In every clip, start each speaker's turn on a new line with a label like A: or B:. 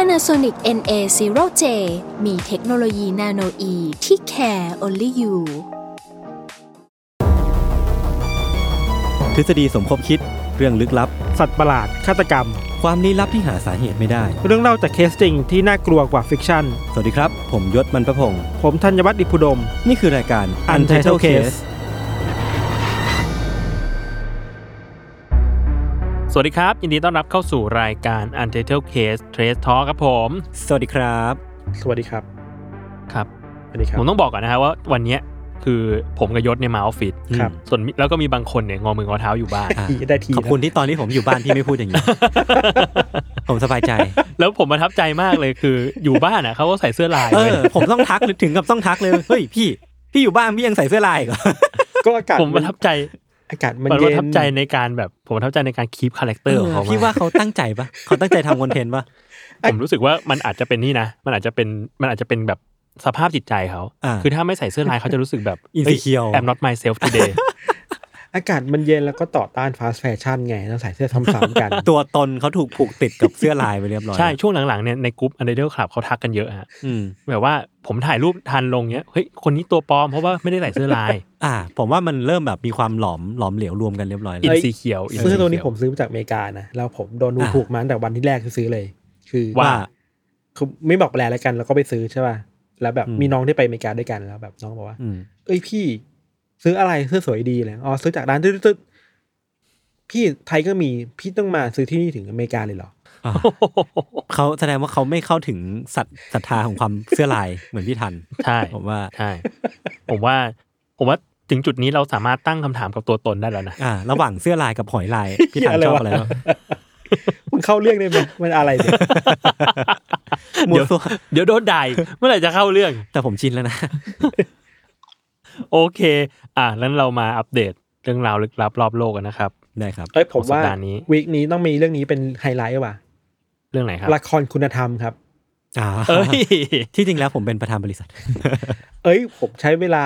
A: Panasonic NA0J มีเทคโนโลยีนาโนอีที่ care only you
B: ทฤษฎีสมคบคิดเรื่องลึกลับ
C: สัตว์ประหลาด ฆาตกรรม
B: ความลี้ลับที่หาสาเหตุไม่ได้
C: เรื่องเล่าจากเคสจริงที่น่ากลัวกว่าฟิกชั่น
B: สวัสดีครับ ผมยศมันประพงศ์
C: ผมธัญวัฒน์อิพุดม
B: นี่คือรายการ
C: Untitled Case
D: สวัสดีครับ ยินดีต้อนรับเข้าสู่รายการ Untitled Case Trace Talk ครับผม
B: สวัสดีครับ
C: สวัสดีครับ
D: ครับ
C: สวัสดีครับ
D: ผมต้องบอกก่อนนะครับว่าวันเนี้ยคือผมกับยศเนี่ยมาออฟฟิศ
C: ครับ
D: ส่วนมิแล้วก็มีบางคนเนี่ยงอมืองอเท้าอยู่บ้าน
B: อ่ะ
C: ทีได้ที
B: ขอบคุณที่ตอนที่ผมอยู่บ้านที่ไม่พูด อย่างนี้ ผมสบายใจ
D: แล้วผมประทับใจมากเลยคืออยู่บ้านอ่ะเขาก็ใส่เสื้อลาย
B: เอ
D: เลย
B: อ ผมต้องทักหรือถึงกับต้องทักเลย เฮ้ยพี่ พี่อยู่บ้านพี่ยังใส่เสื้อลายอีกเหรอ
C: ก็อากาศ
D: ผมประทับใจ
C: อากาศมัน
D: ผมป
C: เย็น
D: ระทับใจในการแบบผมประทับใจในการคีปคาแรคเตอร์ของเขา
B: พี่
D: ม
B: ว่าเขาตั้งใจปะเขาตั้งใจทำคอนเทนต์ ปะ
D: กผมรู้สึกว่ามันอาจจะเป็นนี่นะ มันอาจจะเป็นมันอาจจะเป็นแบบสภาพจิตใจเขา
B: อ่า
D: คือถ้าไม่ใส่เสื้อลายเขาจะรู้สึกแบบ
B: Insecure
D: I'm not myself today
C: อากาศมันเย็นแล้วก็ต่อต้านฟาสต์แฟชั่นไงต้องใส่เสื้อซ้ำๆกัน
B: ตัวตนเขาถูกผูกติดกับเสื้อลายไปเรียบร้อย
D: ใช่ช่วงหลังๆเนี่ยในกลุ่ม Untitled Club เขาทักกันเยอะฮะ
B: อืม
D: แบบว่าผมถ่ายรูปทันลงเนี้ยเฮ้ยคนนี้ตัวปลอมเพราะว่าไม่ได้ใส่เสื้อลาย
B: อ่า ผมว่ามันเริ่มแบบมีความหลอมหลอมเหลวรวมกันเรียบร้อย
D: อิ
B: แล้
D: น
B: ว
D: สีเขียวอินสี
C: เสื้
D: เขี
C: อ
D: ยว
C: ตัวนี้ผมซื้อมาจากอเมริกานะแล้วผมโดนดู
B: อ่ะ
C: ถูกมาตั้งแต่วันที่แรกที่ซื้อเลย คือ
D: ว่า
C: คือไม่บอกแปลแล้วกันแล้วก็ไปซื้อใช่ป่ะแล้วแบบ
B: อืม
C: มีน้องที่ไปอเมริกาด้วยกันแล้วแบบน้องบอกว่า
B: อืม
C: เอ้ยพี่ ซื้ออะไรเสื้อสวยดีเลยอ๋อซื้อจากร้านตึ๊ดๆพี่ไทยก็มีพี่ต้องมาซื้อที่นี่ถึงอเมริกาเลยเหรอ
B: อ่าเขาแสดงว่าเขาไม่เข้าถึงศรัทศรัทธาของความเสื้อลาย เหมือนพี่ทัน
D: ใช่
B: ผมว่า
D: ใช่ ผมว่า ผมว่าถึงจุดนี้เราสามารถตั้งคำถามกับตัวตนได้แล้วนะ
B: อ่า ระหว่างเสื้อลายกับหอยลาย พี่ทันช
C: เหี้ย
B: อบ
C: อะไร
B: อะไร
C: วะ
B: วะ
C: มันเข้าเรื่องได้ไหมมันอะไรเนี่ย
B: มัว
D: เดี๋ยว
B: ตัว
D: เดี๋ยวโดนด่าอีกเมื่อไหร่จะเข้าเรื่อง
B: แต่ผมชินแล้วนะ
D: โอเค อ่ะแล้วเรามาอัปเดตเรื่องราวลึกลับรอบโลกกันนะครับ
B: ได้ครับ
C: เอ้ยผมว่า
D: ของสัปดาห์นี้
C: วีคนี้ต้องมีเรื่องนี้เป็นไฮไลท์ว่ะ
D: เรื่องไหนครับ
C: ละครคุณธรรมครับ
B: อ่า
D: เอ้ย
B: ที่จริงแล้วผมเป็นประธานบริษัท
C: เอ้ย ผมใช้เวลา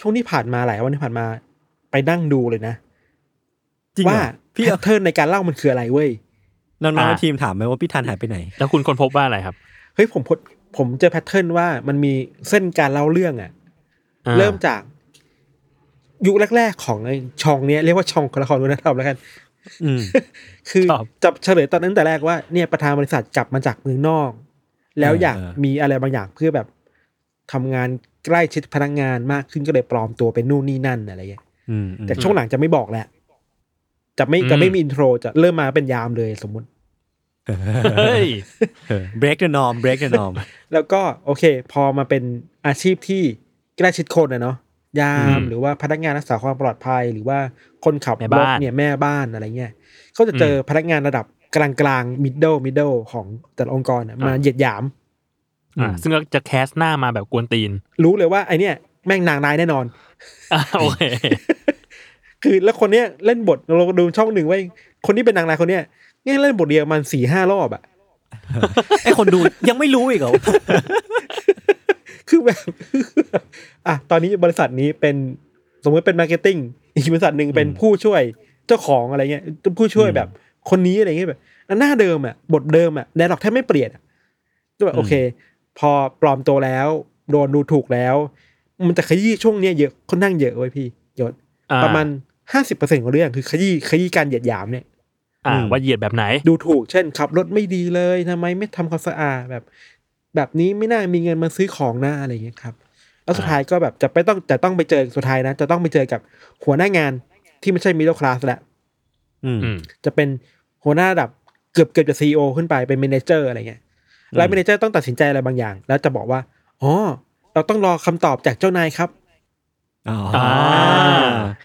C: ช่วงที่ผ่านมาหลายวันที่ผ่านมา ไปนั่งดูเลยนะ
B: จริงเหรอ
C: ว่า
B: พี่
C: พี่เทิร์นในการเล่ามันคืออะไรเว้ย
B: น้องๆ
D: อ่า
B: ในทีมถามไหมว่าพี่ทันหายไปไหน
D: แล้วคุณคนพบว่าอะไรครับ
C: เฮ้ยผมพบผมเจอแพทเทิร์นว่ามันมีเส้นการเล่าเรื่องอะ
D: อ่า
C: เริ่มจาก ยุคแรกๆของไอ้ช่องเนี้ยเรียกว่าช่องละครคุณธรรมแล้วกัน
B: อื ม
C: คือ
D: ครับ
C: จะเฉลยตอนนั้นแต่แรกว่าเนี่ยประธานบริษัทกลับมาจากเมืองนอก แล้ว
B: เออ
C: อ
B: อ
C: ยากมีอะไรบางอย่างเพื่อแบบทำงานใกล้ชิดพนักงานมากขึ้นก็เลยปลอมตัวเป็นนู่นนี่นั่นอะไรเงี้ย
B: อืมอืม
C: แต่ช่วงหลังจะไม่บอกแหละจะไม่
D: อืม
C: จะไม่มีอินโทรจะเริ่มมาเป็นยามเลยสมมติ
D: เฮ้ย
B: เออ break the norm break the norm
C: แล้วก็โอเค พอมาเป็นอาชีพที่ใกล้ชิดคนนะเนาะยา
D: อื
C: ม
D: ม
C: หรือว่าพนักงานรักษาความปลอดภัย หรือว่าคนขับ
D: แม่
C: ร
D: บ้า
C: ถ
D: น
C: เนี่ยแม่บ้านอะไรเงี้ยก็จะเจออพนักงานระดับกลางกลางมิดเดิลมิดเดิลของแต่ละองค์กรน่ะ
D: อ่าม
C: มาเหยียดหยาม
D: อ่ะซึ่งก็จะแคสหน้ามาแบบกวนตีน
C: รู้เลยว่าไอเนี่ยแม่งนางนายแน่นอน
D: อ่ะโอเค
C: คือแล้วคนเนี้ยเล่นบทเราดูช่องหนึ่งไว้ยคนที่เป็นนางนายคนเนี้ยเนี่ยเล่นบทเดียวมันสี่ห้ารอบอะ
B: ไอคนดูยังไม่รู้อีกเหรอ
C: คือแบบ อ่ะตอนนี้บริษัทนี้เป็นสมมติเป็นมาร์เก็ตติ้งอีกบริษัทหนึ่งเป็น
B: อืม
C: ผู้ช่วยเจ้าของอะไรเงี้ยผู้ช่วยแบบ คนนี้อะไรเงี้ยแบบหน้าเดิมอะบทเดิมอะแดนหลอกแทบไม่เปลี่ยนอะก็แบบโอเค พอปลอมตัวแล้ว โดนดูถูกแล้ว มันจะขยี้ช่วงเนี้ยเยอะค่อนข้างเยอะเว้ยพี่ยศ
D: อ่
C: ประมาณห้าสิบเปอร์เซ็นต์ของเรื่องคือขยี้ขยี้การเหยียดหยามเนี่ย
D: อ่าว่าเหยียดแบบไหน
C: ดูถูกเช่นขับรถไม่ดีเลยทำไมไม่ทำความสะอาดแบบ แบบนี้ไม่น่ามีเงินมาซื้อของนะอะไรอย่างเงี้ยครับ แล้วสุดท้ายก็แบบจะไปต้องจะต้องไปเจอสุดท้ายนะ จะต้องไปเจอกับหัวหน้างานที่ไม่ใช่มิดเดิลคลาสแหละ
B: อืม
D: อืม
C: จะเป็นหัวหน้าระดับเกือบเกือบจะซีอขึ้นไปเป็นเมนเจอร์อะไรเงี้ยแล้วเมนเจอร์ต้องตัดสินใจอะไรบางอย่าง แล้วจะบอกว่าอ๋อเราต้องรอคำตอบจากเจ้านายครับ
B: อ๋อ
D: อ่า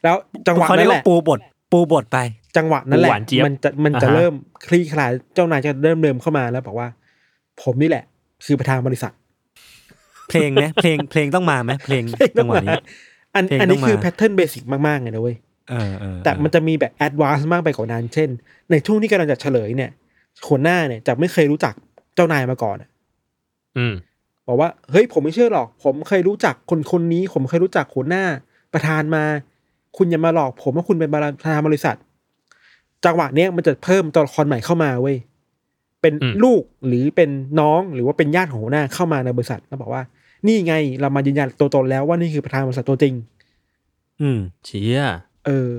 C: แล้วจังหวะ
B: เขาเรี
C: นั้
B: ย
C: น
B: ก
C: แห
B: ว่า
C: ละ
B: ปูบท ปูบทไป
C: จังหวะนั้นแห
D: ห
C: ละ
D: วานเจี๊ยบ
C: มันจะมันจะ
D: อ่าฮะ
C: เริ่มคลี่คลายเจ้านายจะเริ่มเดิมเข้ามาแล้วบอกว่า ผมนี่แหละ คือประธานบริษัท
B: เพลงนะเพลงเพลงต้องมาไหมเพลงจังหวะนี้
C: อัน
B: เพลง
C: อันนี้
B: ต้องมา
C: คือแพทเทิร์นเบสิกมากๆไงนะเว้ย
B: เออเออ
C: แต่มันจะมีแบบแอดวานซ์มากไปกว่านั้น เช่น ในช่วงที่กำลังจะเฉลยเนี่ยหัวหน้าเนี่ยจะไม่เคยรู้จักเจ้านายมาก่อนอะ
D: อืม
C: บอกว่า เฮ้ยผมไม่เชื่อหรอก ผมเคยรู้จักคนคนนี้ ผมเคยรู้จักหัวหน้าประธานมา คุณอย่ามาหลอกผมว่าคุณเป็นประธานบริษัท จังหวะเนี้ยมันจะเพิ่มตัวละครใหม่เข้ามาเว้ย เป็น
D: อืม
C: ลูกหรือเป็นน้องหรือว่าเป็นญาติของหัวหน้าเข้ามาในบริษัท แล้วบอกว่า นี่ไงเรามายืนยันตัวตนแล้วว่านี่คือประธานบริษัทตัวจริง
B: อืม
D: เชีย
C: เออ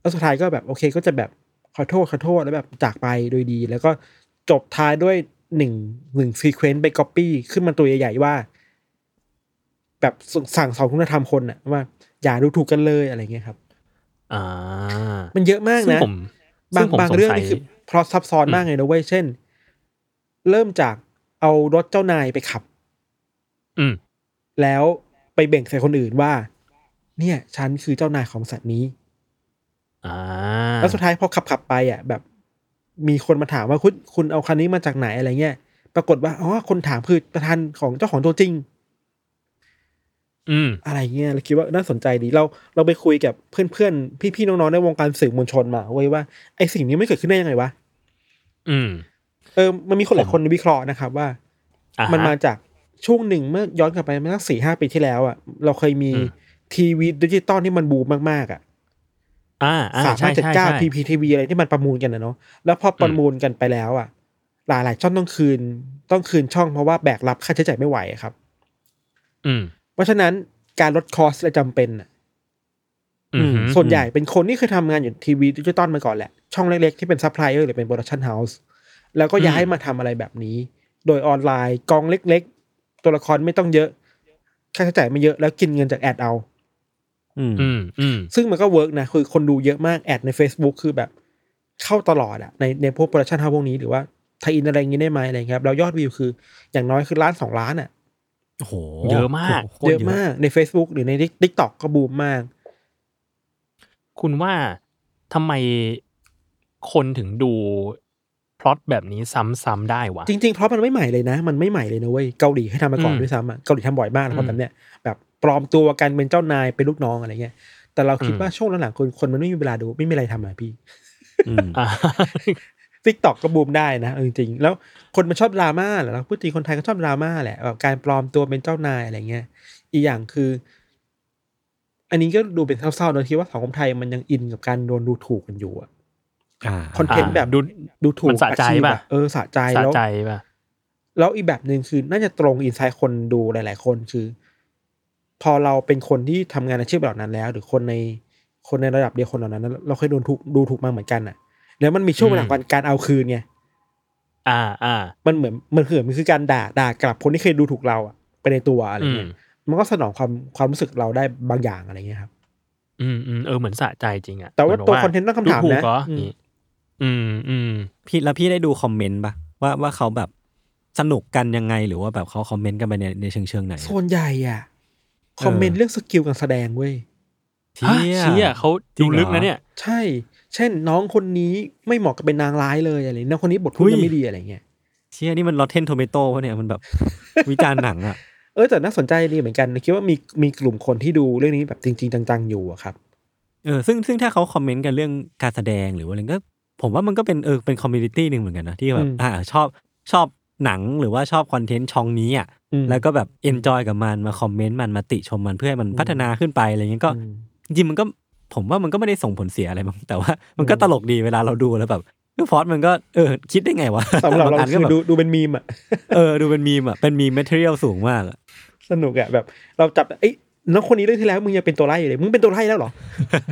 C: แล้วสุดท้ายก็แบบโอเคก็จะแบบขอโทษขอโทษแล้วแบบจากไปโดยดี แล้วก็จบท้ายด้วยหนึ่งหนึ่งซีเควนต์ไปก๊อปปี้ขึ้นมาตัวใหญ่ๆว่า แบบสั่งสอนคุณธรรมคนอะว่า อย่าดูถูกกันเลยอะไรเงี้ยครับ
D: อ่า
C: มันเยอะมาก
D: ซึ่ง
C: นะ
D: ผม
C: บา
D: ซึ่
C: ง
D: ผม
C: บาง
D: ส
C: เรื่อง
D: สัย
C: นี่คือเพราะซับซ้อน
D: อืม
C: มากเลยนะเว้ยเช่น เริ่มจากเอารถเจ้านายไปขับ
D: อืม
C: แล้วไปเบ่งใส่คนอื่นว่า เนี่ย ฉันคือเจ้านายของสัตว์นี้
D: อ่า
C: แล้วสุดท้ายพอขับขับๆไปอ่ะแบบ มีคนมาถามว่าคุณคุณเอาคันนี้มาจากไหนอะไรเงี้ยปรากฏว่าอ๋อคนถามคือประธานของเจ้าของตัวจริง
D: อืม
C: อะไรเงี้ยเราคิดว่าน่าสนใจดีเราเราไปคุยกับเพื่อนเพื่อนพี่พี่ๆน้องๆในวงการสื่อมวลชนมาเว้ยว่าไอสิ่งนี้ไม่เกิดขึ้นได้ยังไงวะ
D: อืม
C: เออมันมีคนหลายคนวิเคราะห์นะครับว่า
D: อ่ฮะ
C: มันมาจากช่วงหนึ่งเมื่อย้อนกลับไปเมื่อสี่ห้าปีที่แล้วอ่ะเราเคยมี
D: อืม
C: ทีวีดิจิตอลที่มันบูมมากๆอ่ะ
D: อ่าอ่า
C: สาม
D: ใช่
C: พันเจ็ด
D: ใช่
C: เก้า
D: ใช่
C: พีพีทีวีอะไรที่มันประมูลกันนะเนาะแล้วพอประมูลกันไปแล้วอ่ะ หลายหลายๆช่องต้องคืนต้องคืนช่องเพราะว่าแบกรับค่าใช้จ่ายไม่ไหวอะครับ
D: อืม
C: เพราะฉะนั้นการลดคอสและจำเป็นน่ะ
D: อืม
C: ส่วนใหญ่เป็นคนที่เคยทำงานอยู่ทีวีดิจิตอลมาก่อนแหละ ช่องเล็กๆ ที่เป็นซัพพลายเออร์หรือเป็นโปรดักชันเฮาส์แล้วก็ย้ายมาทำอะไรแบบนี้ โดยออนไลน์กองเล็กๆ ตัวละครไม่ต้องเยอะค่าใช้จ่ายไม่เยอะแล้วกินเงินจากแอดเอา
B: อืม
D: อืมอืม
C: ซึ่งมันก็เวิร์กนะ คือคนดูเยอะมากแอดใน Facebook คือแบบเข้าตลอดอะในในพวกโปรดักชันเฮาพวกนี้หรือว่าไทยอินอะไรอย่างงี้ได้ไหมอะไรเงี้ยครับแล้วยอดวิวคืออย่างน้อยคือล้านสองล้านอะ
B: โอ้โห
D: เยอะมาก
B: โโหโคตร
C: เยอะมากใน Facebook หรือใน Tik t o k ก็บูมมาก
D: คุณว่าทำไมคนถึงดูพล็อตแบบนี้ซ้ำๆได้วะ
C: จริง ๆ เพราะมันไม่ใหม่เลยนะ มันไม่ใหม่เลยนะเว้ยเกาหลีให้ทำมาก่อน
D: อืม
C: ด้วยซ้ำอะเกาหลีทำบ่อยมากนะครับ
D: อืม
C: แบบเนี้ยแบบปลอมตัวกันเป็นเจ้านายเป็นลูกน้องอะไรเงี้ย แต่เราคิด
D: อืม
C: ว่าช่วงหลังๆคนคนมันไม่มีเวลาดูไม่มีอะไรทำอะพี่
B: อืม
D: อ่า
C: ทิกตอกก็บูมได้นะเอาจริงๆ แล้วคนมันชอบดราม่าแหละเราพูดจริงคนไทยก็ชอบดราม่าแหละแบบการปลอมตัวเป็นเจ้านายอะไรเงี้ย อีกอย่างคือ อันนี้ก็ดูเป็นเศร้าๆนะที่ว่าสังคมไทยมันยังอินกับการโดนดูถูกกันอยู่อะ
B: อ่า
C: คอนเทนต์แบบ
D: ดู
C: ดูถูก
D: มันสะใจ
C: อาพอ
D: ป่ะ
C: เออสะใจ
D: สะ
C: แล้ว
D: ใจป่ะ
C: แล้วอีกแบบหนึ่งคือน่าจะตรงอินไซด์คนดูหลาย ๆ คนคือ พอเราเป็นคนที่ทำงานอาชีพเหล่านั้นแล้ว หรือคนในคนในระดับเดียวคนเหล่านั้น เราเคยโดนถูกดูถูกมาเหมือนกันอะแล้วมันมีช่วงเวลา
D: อืม
C: การการเอาคืนไง
D: อ่าอ่า
C: มันเหมือนมันคือมันคือการด่าด่ากลับคนที่เคยดูถูกเราอะไปในตัวอะไร
D: อืม
C: เงี้ยมันก็สนองความความรู้สึกเราได้บางอย่างอะไรเงี้ยครับ
D: อืมอืมเออเหมือนสะใจจริงอะ
C: แต่ว่า
D: หมื
C: ตัวคอนเทนต์ตั้งคำถามนะ
D: ดูถูกเหรอ
C: อืม
D: นี่อืมอืม
B: พี่แล้วพี่ได้ดูคอมเมนต์ปะว่าว่าเขาแบบสนุกกันยังไงหรือว่าแบบเขาคอมเมนต์กันไปในในเชิงเชิงไหน
C: ส่วนใหญ่อะคอมเมนต์เรื่องสกิลการแสดงเว้ย
B: เชี่
D: ฮะเชี่ยเขา
B: จริ
D: ดู
B: งหรอ
D: ลึกนะเนี่ย
C: ใช่ เช่น น้องคนนี้ไม่เหมาะกับเป็นนางร้ายเลยอะไรน้องคนนี้บทพูด
B: หุ้ย
C: ยังไม่ดีอะไรเงี้ย
B: เชี่ยนี่มันรอเทนโทเมโต้เนี่ยมันแบบ วิจารณ์หนังอ่ะ
C: เออแต่น่าสนใจดีเหมือนกันนะคิดว่ามีมีกลุ่มคนที่ดูเรื่องนี้แบบจริง ๆ จัง ๆ อยู่อะครับ
B: เออซึ่งซึ่งถ้าเขาคอมเมนต์กันเรื่องการแสดงหรือว่าอะไรก็ ผมว่ามันก็เป็นเออเป็นคอมมูนิตี้หนึ่งเหมือนกันนะที่แบ
C: อื
B: บ
C: ม
B: อ่าชอบชอบหนังหรือว่าชอบคอนเทนต์ช่องนี้อ่ะ
C: อืม
B: แล้วก็แบบเอนจอยกับมันมาคอมเมนต์มันมาติชมมันเพื่อให้มัน
C: อืม
B: พัฒนาขึ้นไปอะไรเงี้ยก็
C: อืม
B: จริงๆมันก็ผมว่ามันก็ไม่ได้ส่งผลเสียอะไรมั้งแต่ว่ามันก็
C: อืม
B: ตลกดีเวลาเราดูแล้วแบบคือฟอสมันก็เออคิดได้ไงวะ
C: สำหรับเรา
B: งน
C: คื
B: ก็
C: อ
B: แบบ
C: ดูดูเป็นมีมอะ
B: เออดูเป็นมีมอ่ะเป็นมีมแมทเทอเรียลสูงมากอะ
C: สนุกอะแบบ เราจับไอ้ยน้องคนนี้เรื่องที่แล้วมึงยังเป็นตัวไล่อยู่เลยมึงเป็นตัวไล่แล้วเหรอ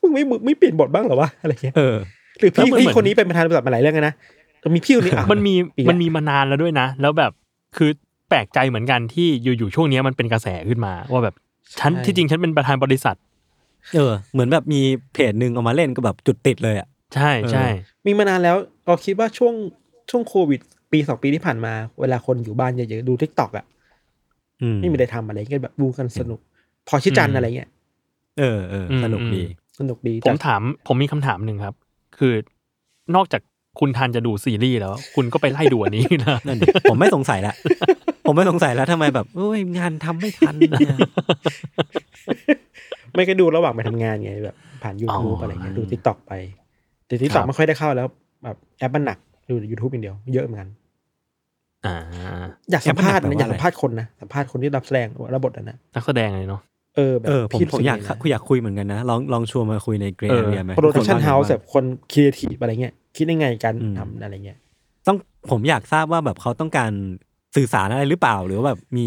C: มึงไม่มึงไม่เปลี่ยนบทบ้างเหรอวะอะไรเงี้ย
B: เออ
C: หรือพี่
D: แล้วมัน
C: พี่
D: เหมือน
C: คนนี้เป็นประธานบริษัทมาหลายเรื่องแล้วนะแต่มีพี่คนนี้อ่ะ
D: มัน มี
C: อีกแล้ว
D: มันมีมานานแล้วด้วยนะ แล้วแบบคือแปลกใจเหมือนกันที่อยู่ๆช่วงเนี้ยมันเป็นกระแสขึ้นมา ว่าแบบฉันที่จริงฉันเป็นประธานบริษัท
B: เออ เหมือนแบบมีเพจหนึ่งเอามาเล่นก็แบบจุดติดเลยอ่ะ
D: ใช่ใช่
C: มีมานานแล้วเราคิดว่าช่วงช่วงโควิด ปีสองปีที่ผ่านมา เวลาคนอยู่บ้านเยอะๆดูทิกตอกอะ
B: อืม
C: ไม่มีอะไรทำอะไรเงี้ยแบบดูกันสนุก พอชิจัน
D: อืม
C: อะไรเงี้ย
B: เออเออสนุกดี
C: สนุกดี
D: ผม
C: แต่
D: ถามผมมีคำถามหนึ่งครับ คือนอกจาก คุณทันจะดูซีรีส์แล้ว คุณก็ไปไล่ดูอันนี้นะ
B: นั่นดิผมไม่สงสัยละ ผมไม่สงสัยแล้วทำไมแบบเอ้ยงานทำไม่ทันนะ
C: ไม่ก็ดูระหว่างไปทำงานไงแบบ ผ่านยูทูบ
D: อ๋ออ
C: อะไรเงี้ยดูทิกตอกไป แต่ทิกตอ
D: ครั
C: ก
D: บ
C: ไม่ค่อยได้เข้าแล้วแบบแอปมันหนักดูยูทูบอย่างเดียวเยอะเหมือนกัน
D: อ่า
C: อยากสัมภาษณ์
B: แอปมั
C: นะ
B: นหนัก
C: อ
B: แปลว่าอะไร
C: ยากสัมภาษณ์คนนะสัมภาษณ์คนที่รับแสดงรับบทนั้นนะ
D: นักแสดงเลยเนาะ
C: เออแบบ
B: เออผม
C: พี่รู้
B: ผม
C: สึ
B: อยาก
C: งไงนะ
B: อยากคุยเหมือนกันนะ ลองลองชวนมาคุยในเกร
D: เอ
B: ย์
D: อ
B: เรียไหม
C: โปรดักชั
B: ค
C: น
B: ว่า
C: เฮา
B: ไง
C: ส์แบบคนครีเอทีฟอะไรเงี้ยคิดยังไงกันทำอะไรเงี้ย
B: ต้องผมอยากทราบว่าแบบเขาต้องการสื่อสารอะไรหรือเปล่า หรือว่าแบบมี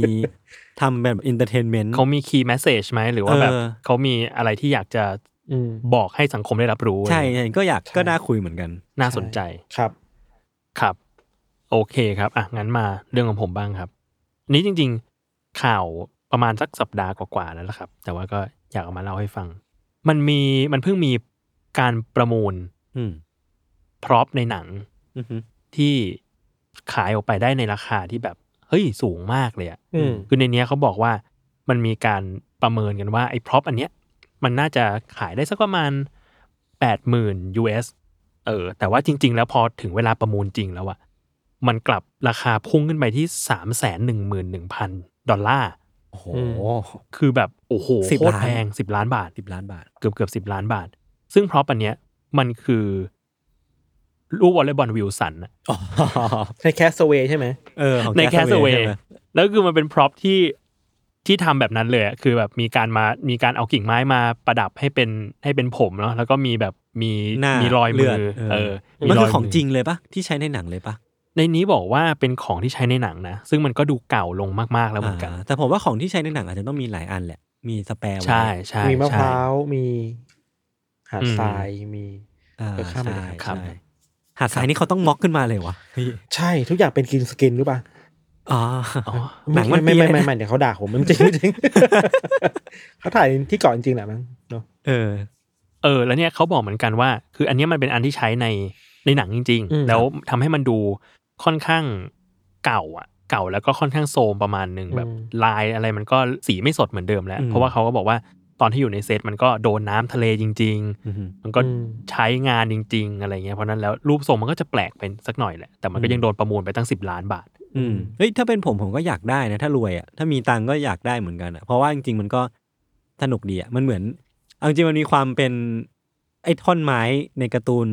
B: ทำแบบอินเตอร์เทนเมนต์
D: เขามีคีย์แมสเซจไหมหรือว่าแบบ
B: เออ
D: เขามีอะไรที่อยากจะ
C: อืม
D: บอกให้สังคมได้รับรู้
B: ใช่
D: อะไรเงี้ย
B: ใช่ก็อยาก
C: ใช่
B: ก็น่าคุยเหมือนกัน
D: น่าสนใจ
C: ครับ
D: ครับ โอเคครับอ่ะงั้นมาเรื่องของผมบ้างครับอันนี้จริง ๆข่าวประมาณสักสัปดาห์กว่าๆแล้วล่ะครับ แต่ว่าก็อยากเอามาเล่าให้ฟัง มันมีมันเพิ่งมีการประมูล
B: อืม
D: พร็อพในหนัง
B: อือฮึ
D: ที่ขายออกไปได้ในราคาที่แบบ เฮ้ยสูงมากเลยอะ
C: อืม
D: คือในเนี้ยเขาบอกว่ามันมีการประเมินกันว่าไอ้พร็อพอันเนี้ย มันน่าจะขายได้สักประมาณ 80,000 US เออ แต่ว่าจริง ๆ แล้วพอถึงเวลาประมูลจริงแล้วอะมันกลับราคาพุ่งขึ้นไปที่ 311,000 ดอลลาร์
B: โอ้โห
C: อืม
D: คือแบบ โอ้โห
B: สิบ
D: โคตร
B: ล้าน
D: แพง 10 ล้านบาท
B: สิบล้าน บาท
D: เกือบเกือบสิบล้านบาท ซึ่งพร็อพอันเนี้ยมันคือลูกวอลเลย์บอลวิลสันอะ
C: ในแคสเวย์ใช่ไหม
B: เออของ
D: ในแคส
B: Castaway
D: เว
B: ใช่
D: ย์
B: ไหม
D: แล้วคือมันเป็นพร็อพที่ที่ทำแบบนั้นเลยอะคือแบบมีการมามีการเอากิ่งไม้มาประดับให้เป็นให้เป็นผมเนาะแล้วก็มีแบบมี
B: หน้า
D: มีรอยมื
B: เลือ
D: อ
B: ด
D: เอ
B: เออ
D: อมี
B: มัน
D: ร
B: คื
D: ย
B: อของ
D: อ
B: จริงเลยปะที่ใช้ในหนังเลยปะ
D: ในนี้บอกว่าเป็นของที่ใช้ในหนังนะ ซึ่งมันก็ดูเก่าลงมากๆแล้วเหมือนกัน
B: อ่าแต่ผมว่าของที่ใช้ในหนังอาจจะต้องมีหลายอันแหละ มีสแปร์ไว้
D: ใช่ใช่
C: มีมะพ
D: ใช่
C: ร้าวมีหาด
D: อืม
C: ทรายมี
B: อ่า
C: เออข้ามไป
B: ใช่
C: เลย
D: ครับ
B: ใช่หาดทรายนี่เขาต้องม็อกขึ้นมาเลยวะพี่
C: ใช่ทุกอย่างเป็นกินสกินรู้ป่ะ
B: อ๋อ
D: อ๋อ
B: หนังมัน
C: ไม่
B: เปลี่ย
C: ไม่
B: น
C: ไม่ไม่เดี๋ยวเขาด่าผมมันจริงจริง เขาถ่ายที่เกาะจริงๆแหละมั้งเนาะ
B: เออ
D: เออ แล้วเนี่ยเขาบอกเหมือนกันว่า คืออันเนี้ยมันเป็นอันที่ใช้ในในหนังจริง ๆ แล้วทำให้มันดูค่อนข้างเก่าอ่ะ เก่าแล้วก็ค่อนข้างโซมประมาณหนึ่งแบบลายอะไรมันก็สีไม่สดเหมือนเดิมแล้ว
B: อืม
D: เพราะว่าเขาก็บอกว่าตอนที่อยู่ในเซตมันก็โดนน้ำทะเลจริง
B: อือหือ
D: ๆ มันก็
C: อืม
D: ใช้งานจริง ๆ อะไรเงี้ยเพราะนั้นแล้วรูปทรงมันก็จะแปลกไปสักหน่อยแหละแต่มันก็
B: อืม
D: ยังโดนประมูลไปตั้ง 10 ล้านบาท
B: อืมเฮ้ยถ้าเป็นผมผมก็อยากได้นะ ถ้ารวยอ่ะถ้ามีตังค์ก็อยากได้เหมือนกันอ่ะเพราะว่าจริงๆมันก็สนุกดีอ่ะมันเหมือนเอาจริงๆมันมีความเป็นไอ้ท่อนไม้ในการ์ตูน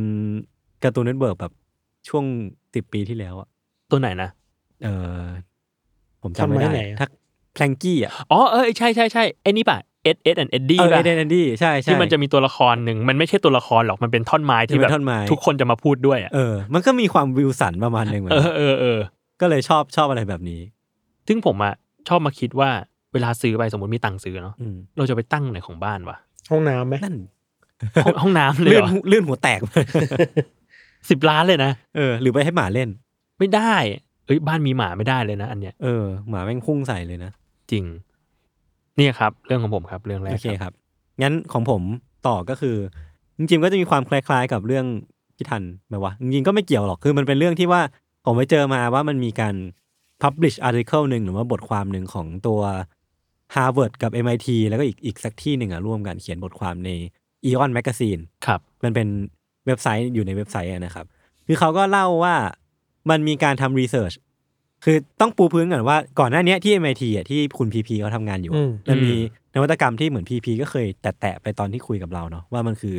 B: การ์ตูนเน็ตเวิร์กแบบช่วงสิบปีที่แล้วอ่ะ
D: ตัวไหนนะ
B: เออผมจำไม่ได้ถ้าแพลงกี้อ่ะ
D: อ๋อเออใช่ใช่ใช่ไอ้นี่ป่ะเอ็ดเอ็ดแอนเอ็ดดี้
B: เออ
D: ป่ะ
B: เดนแอนดี้ใช่ใช่
D: ที่มันจะมีตัวละครหนึ่งมันไม่ใช่ตัวละครหรอกมันเป็นท่อนไม้ที่
B: มัน
D: แบ
B: เป็
D: บ
B: นท่อนไม้
D: ทุกคนจะมาพูดด้วยอะ
B: เออ มันก็มีความวิวสันประมาณหนึ่งเหมือนกั
D: เออนเออเออ
B: ก็เลยชอบชอบอะไรแบบนี้
D: ซึ่งผมอะชอบมาคิดว่าเวลาซื้อไปสมมติมีตังค์ซื้อเนาะ
B: อืม
D: เราจะไปตั้งไหนของบ้าน วะ
C: ห้องน้ำไหม
B: นั่น
D: ห้องห้องน้ำเลย
B: เลื่อ
D: เห
B: น
D: รอ
B: เลื่อนหัวแตก
D: สิบล้านเลยนะ
B: เออ หรือไปให้หมาเล่น
D: ไม่ได้เอ้ยบ้านมีหมาไม่ได้เลยนะ อันเนี้ย
B: เออ หมาแม่งพุ่งใส่เลยนะ
D: จริง เนี่ยครับ เรื่องของผมครับ เรื่องแรก
B: โอเค
D: ครับ
B: ครับ งั้นของผมต่อก็คือ จริงๆก็จะมีความคล้ายๆกับเรื่องพี่ทันไหมวะ จริงๆก็ไม่เกี่ยวหรอก คือมันเป็นเรื่องที่ว่า ผมไปเจอมาว่ามันมีการ Publish Article หนึ่งหรือว่าบทความหนึ่งของตัว Harvard กับ MIT แล้วก็อีกอีกสักที่หนึ่งอะร่วมกันเขียนบทความใน Eon Magazine
D: ครับ
B: มันเป็นเว็บไซต์อยู่ในเว็บไซต์อะนะครับ คือเขาก็เล่าว่ามันมีการทำรีเสิร์ช คือต้องปูพื้นก่อนว่าก่อนหน้าเนี้ยที่ MIT อ่ะที่คุณพีพีเขาทำงานอยู่อะ
C: อืม
B: มันมี
D: อืม
B: นวัตกรรมที่เหมือนพีพีก็เคยแตะๆไปตอนที่คุยกับเราเนาะว่ามันคือ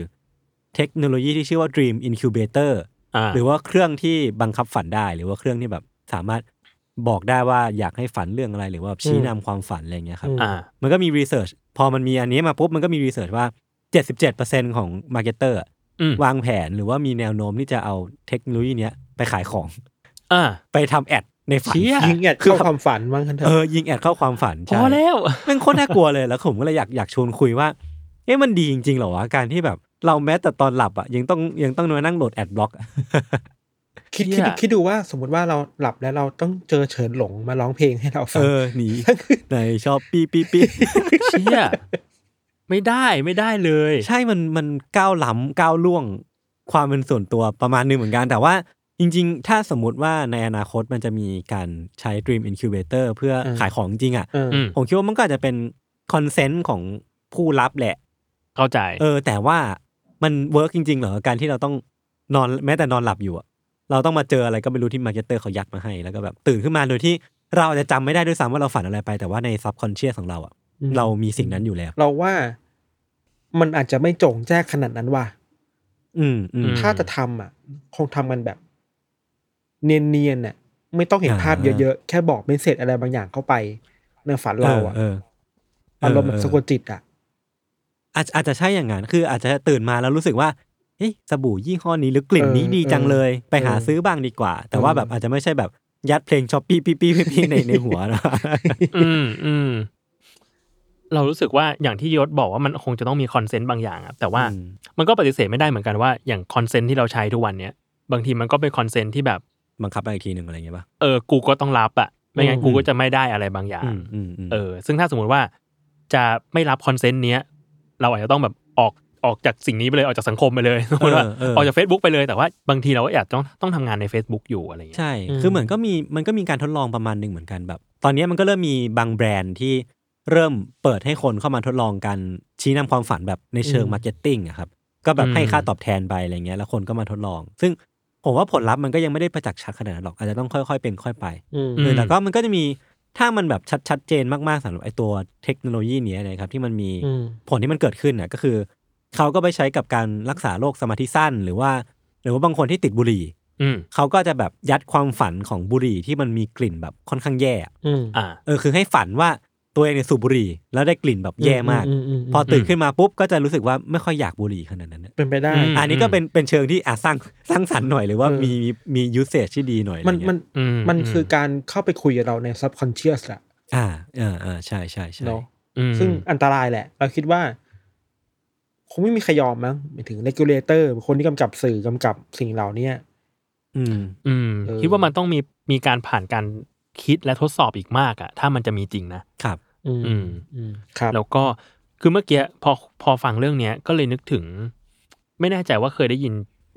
B: เทคโนโลยีที่ชื่อว่า Dream Incubator
D: อ่า
B: หรือว่าเครื่องที่บังคับฝันได้ หรือว่าเครื่องที่แบบสามารถบอกได้ว่าอยากให้ฝันเรื่องอะไร หรือว่าชี้นำความฝันอะไรอย่างเงี้ยครับ
C: อืม
D: อ่า
B: มันก็มีรีเสิร์ชพอมันมีอันนี้มาปุ๊บ มันก็มีรีเสิร์ชว่า 77%ของมาร์เก็ตเตอร์
D: อืม
B: วางแผนหรือว่ามีแนวโน้มที่จะเอาเทคโนโลยีเนี้ยไปขายของ
D: อ่า
B: ไปทำแอดในฝัน
D: เชี่ย
C: ยิงแอด
B: คือ
C: เข้าความฝันมั้งคันเถ
B: เอ
C: อะ
B: อยิงแอดเข้าความฝัน
D: พอ
B: ใช่
D: แล้ว
B: แม่งโคตรน่ากลัวเลยแล้วผมก็เลยอยากอยากชวนคุยว่า เอ๊ะมันดีจริงๆเหรอวะ การที่แบบเราแม้แต่ตอนหลับอ่ะยังต้องยังต้องมานั่งโหลดแอดบล็อกอะ
C: คิดคิดดูคิดดูว่าสมมติว่าเราหลับแล้วเราต้องเจอเฉินหลงมาร้องเพลงให้เราฟั
B: เอง อ หนีในชอบปีปีปี
D: เชี่ ยไม่ได้ไม่ได้เลย
B: ใช่มันมันก้าวล้ำก้าวล่วงความเป็นส่วนตัวประมาณหนึงเหมือนกัน แต่ว่าจริง ๆ ถ้าสมมติว่าในอนาคตมันจะมีการใช้ Dream Incubator เพื่อขายของจริงอ่ะ
C: เออ
D: อืม
B: ผมคิดว่ามันก็อาจจะเป็นคอนเซนต์ของผู้รับแหละ
D: เข้าใจ
B: เออแต่ว่ามันเวิร์กจริงๆเหรอการที่เราต้องนอนแม้แต่นอนหลับอยู่อะ เราต้องมาเจออะไรก็ไม่รู้ที่มาร์เก็ตเตอร์เขายัดมาให้ แล้วก็แบบตื่นขึ้นมาโดยที่เราอาจจะจำไม่ได้ด้วยซ้ำว่าเราฝันอะไรไป แต่ว่าในซับคอนเชียสของเราอะเรามีสิ่งนั้นอยู่แล้ว
C: เราว่ามันอาจจะไม่โจงแจ้งขนาดนั้นว่ะ
B: อืมอืม
C: ถ้าจะทำอ่ะ คงทำกันแบบ เนียนๆน่ะ ไม่ต้องเห็น
B: อ่า
C: ภาพเยอะๆ แค่บอกเมสเซจอะไรบางอย่างเข้าไปในฝันเราอ่ะ
B: เออเ
C: อารมณ์แบบสะกดจิตอ่ะ
B: อาจอาจจะใช่อย่างนั้นคืออาจจะตื่นมาแล้วรู้สึกว่าเอ๊ะสบู่ยี่ห้อนี้หรือกลิ่น
C: เออ
B: นี้ดีจังเลย ไปหา
C: เออ
B: ซื้อบ้างดีกว่า แต่ว่า
C: เออ
B: แบบอาจจะไม่ใช่แบบยัดเพลงช้อปปี้ปี้ปี้ปี้ในในหัวนะ
D: อืมอืมเรารู้สึกว่าอย่างที่ยศบอกว่ามันคงจะต้องมีคอนเซนต์บางอย่างอะแต่ว่า
B: อืม
D: มันก็ปฏิเสธไม่ได้เหมือนกันว่าอย่างคอนเซนต์ที่เราใช้ทุกวันเนี้ยบางทีมันก็เป็นคอนเซนต์ที่แบบ
B: บังคับไปอีกทีหนึ่งอะไรอย่างเงี้ยป่ะ
D: เออกูก็ต้องรับอะไม่งั้น
B: อืม
D: กูก็จะไม่ได้อะไรบางอย่าง
B: อืมอืมอืม
D: เออ ซึ่งถ้าสมมุติว่าจะไม่รับคอนเซนต์เนี้ย เราอาจจะต้องแบบออกออกจากสิ่งนี้ไปเลย ออกจากสังคมไปเลยสมมติ ว่า
B: เออ
D: อ
B: เอ
D: อก
B: อ
D: จาก Facebook ไปเลยแต่ว่าบางทีเราก็อาจต้องต้องทำงานใน Facebook อยู่อะไรอย่างเงี้ย
B: ใช่
D: อืม
B: คือเหมือนก็มีมันก็มีการทดลองประมาณหนึ่งเหมือนกันแบบ ตอนเนี้ยมันก็เริ่มมีบางแบรนด์ที่เริ่มเปิดให้คนเข้ามาทดลองการชี้นำความฝันแบบในเชิง
C: อืม
B: มาร์เก็ตติ้งอะครับ ก็แบบให้ค่าตอบแทนไปอะไรเงี้ยแล้วคนก็มาทดลอง ซึ่งผมว่าผลลัพธ์มันก็ยังไม่ได้ประจักษ์ชัดขนาดนั้นหรอกอาจจะต้องค่อยๆเป็นค่อยไป
C: อืม
D: อืม
B: เออแต่ก็มันก็จะมีถ้ามันแบบชัดชัดเจนมากๆสำหรับไอตัวเทคโนโลยีเนี้ยนะครับที่มันมี
C: อืม
B: ผลที่มันเกิดขึ้นน่ะก็คือ เขาก็ไปใช้กับการรักษาโรคสมาธิสั้น หรือว่า หรือว่าบางคนที่ติดบุหรี่
D: อืม
B: เขาก็จะแบบยัดความฝันของบุหรี่ที่มันมีกลิ่นแบบค่อนข้างแย่อะ
C: อืม
D: อ่า
B: เออคือให้ฝันว่าตัวเองเนี่ยสูบบุหรี่ แล้วได้กลิ่นแบบแย่มาก
C: อือืมอืม
B: พอตื่นขึ้นมาปุ๊บก็จะรู้สึกว่าไม่ค่อยอยากบุหรี่ขนาดนั้นนะ
C: เป็นไปได้
D: อืม
B: อันนี้ก็เป็นเป็นเชิงที่อาสร้างสร้างสรรค์หน่อยหรือว่า
C: เออ
B: มีมีมียูเซจที่ดีหน่อยอะไร
C: มัน
B: เงี้ย
C: มัน
D: อืม
C: มันคือ
D: ม
C: การเข้าไปคุยกับเราใน subconscious แหละ
B: อ่าเออเออใช่ใช่ใช่
C: เนาะ
D: อืม
C: ซึ่งอันตรายแหละ เราคิดว่า คงไม่มีใครยอมมั้งหมายถึง regulator คนที่กำกับสื่อกำกับสิ่งเหล่านี้
B: อืม
D: อืม
C: เออ
D: คิดว่ามันต้องมีมีการผ่านการคิดและทดสอบอีกมากอะถ้ามันจะมีจริงนะครับ
C: อืม
D: อืม
C: อืมครับ
D: แล้วก็คือเมื่อกี้พอพอฟังเรื่องเนี้ยก็เลยนึกถึง ไม่แน่ใจว่าเคยได้ยิน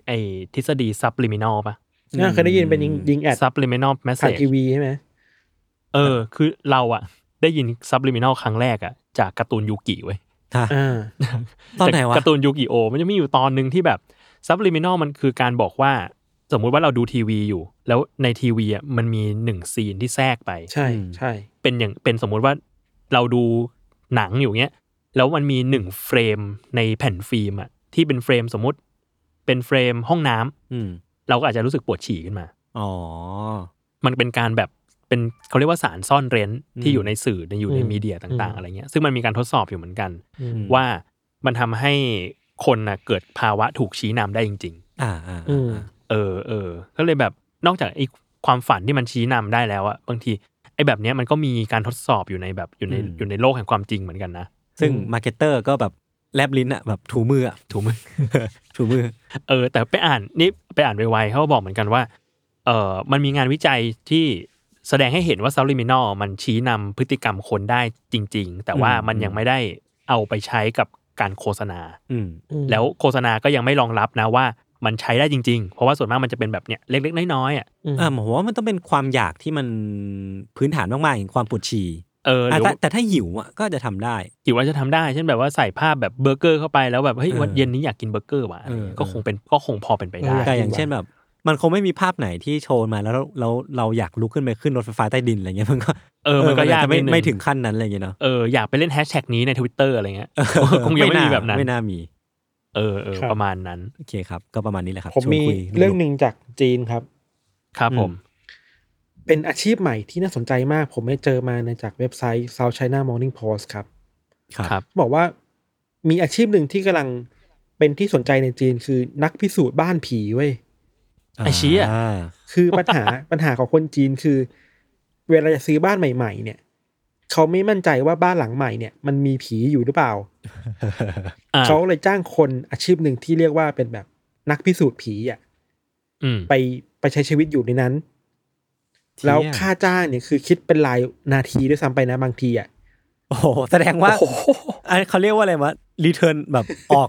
D: ไอ้ทฤษฎี subliminal ปะ
C: น่าเคยได้ยินเป็นยิงยิงแอด
D: subliminal
C: ผ่าน
D: message
C: ทีวีใช่ไหม
D: เออ คือเราอะได้ยิน subliminal ครั้งแรกอะจากการ์ตูนยูกิเว้ย
B: ฮะ
C: อ่า
B: ตอนไหนวะ
D: จากการ์ตูนยูกิโอ มันจะมีอยู่ตอนหนึ่งที่แบบ subliminal มันคือการบอกว่า สมมุติว่าเราดูทีวีอยู่ แล้วในทีวีอะมันมีหนึ่งซีนที่แทรกไป
C: ใช่
B: อืม
C: ใช่
D: เป็นอย่างเป็นสมมุติว่าเราดูหนังอยู่เงี้ย แล้วมันมีหนึ่งเฟรมในแผ่นฟิล์มอะที่เป็นเฟรมสมมุติ เป็นเฟรมห้องน้ำ
B: อืม
D: เราก็อาจจะรู้สึกปวดฉี่ขึ้นมา
B: อ๋อ
D: มันเป็นการแบบเป็นเขาเรียกว่าสารซ่อนเร้น
B: อืม
D: ที่อยู่ในสื่อในอยู่ใน
C: อืม
D: มีเดียต่าง
C: อืม
D: ๆอะไรเงี้ยซึ่งมันมีการทดสอบอยู่เหมือนกัน
C: อืม
D: ว่ามันทำให้คนนะเกิดภาวะถูกชี้นำได้จริง
B: อ่าอ่า
C: อื
B: อ่าม
D: ๆ เออเออก็เลยแบบนอกจากไอ้ความฝันที่มันชี้นำได้แล้วอะบางทีไอ้แบบเนี้ยมันก็มีการทดสอบอยู่ในแบบอยู่ในอยู่ในโลกแห่งความจริงเหมือนกันนะ
B: ซึ่งมาร์เก็ตเตอร์ก็แบบแลบลิ้นอะแบบถูมืออะถูมือ ถูมือ
D: เออแต่ไปอ่านนี่ไปอ่านไวๆเขาก็บอกเหมือนกันว่าเออมันมีงานวิจัยที่แสดงให้เห็นว่าซับลิมินอลมันชี้นำพฤติกรรมคนได้จริง ๆ แต่ว่า
B: อืม
D: มันยังไม่ได้เอาไปใช้กับการโฆษณา
B: อืม
C: อืม
D: แล้วโฆษณาก็ยังไม่รองรับนะว่ามันใช้ได้จริง ๆ เพราะว่าส่วนมากมันจะเป็นแบบเนี้ยเล็กๆ น้อยๆอ่ะ
C: อืม
B: อ่าผมว่ามันต้องเป็นความอยากที่มันพื้นฐานมากๆอย่างความปวดฉี่
D: เออห
B: อ่ะแต่
D: รือว่า
B: แต่ถ้าหิวอะก็จะทำได้
D: จิ๋วว่าจะทำได้เช่นแบบว่าใส่ภาพแบบเบอร์เกอร์เข้าไปแล้วแบบเฮ้ย
B: เออ
D: วันเย็นนี้อยากกินเบอร์เกอร์ว่ะอะไร
B: เอ
D: เงี้ย
B: อ
D: ก็คงเป็นก็คงพอเป็นไปได้
B: แต่อย่างเช่นแบบ มันคงไม่มีภาพไหนที่โชว์มาแล้วเราเราเราอยากลุกขึ้นไปขึ้นรถไฟฟ้าใต้ดินอะไรเงี้ยมัน ก็
D: เออมันก็ยาก
B: จะไม่
D: นิดนึง
B: ไม่ถึงขั้นนั้นอะไรเงี้ยเนาะ
D: เอออยากไปเล่นแฮชแท็กนี้ใน Twitter อะไรเงี้ย คงยังไม่มีแบบนั้น
B: ไม่น่ามี
D: เออเออประมาณนั้น
B: โอเคครับ ก็ประมาณนี้แหละครับ
C: ผม
B: ชวน
C: มี
B: คุย
C: เรื่องหนึ่งจากจีนครับ
D: ครับผม
C: เป็นอาชีพใหม่ที่น่าสนใจมาก ผมไปเจอมาในจากเว็บไซต์ South China Morning Post ครับ
B: ครับ
D: ครับ
C: บอกว่ามีอาชีพหนึ่งที่กำลังเป็นที่สนใจในจีนคือนักพิสูจน์บ้านผีเว้ย
B: า
D: ไอ้เชี่ย
C: คือ ปัญหา ปัญหาของคนจีนคือ เวลาจะซื้อบ้านใหม่ ๆ เนี่ย เขาไม่มั่นใจว่าบ้านหลังใหม่เนี่ย มันมีผีอยู่หรือเปล่า
D: อ่า
C: เขาเลยจ้างคนอาชีพหนึ่งที่เรียกว่าเป็นแบบนักพิสูจน์ผีอ่ะ
D: อืม
C: ไปไปใช้ชีวิตอยู่ในนั้น แล้วค่าจ้างเนี่ยคือคิดเป็นรายนาทีด้วยซ้ำไปนะบางทีอ่ะ
B: โอ้โหแสดงว่า อันเขาเรียกว่าอะไรวะรีเทิร์นแบบ ออก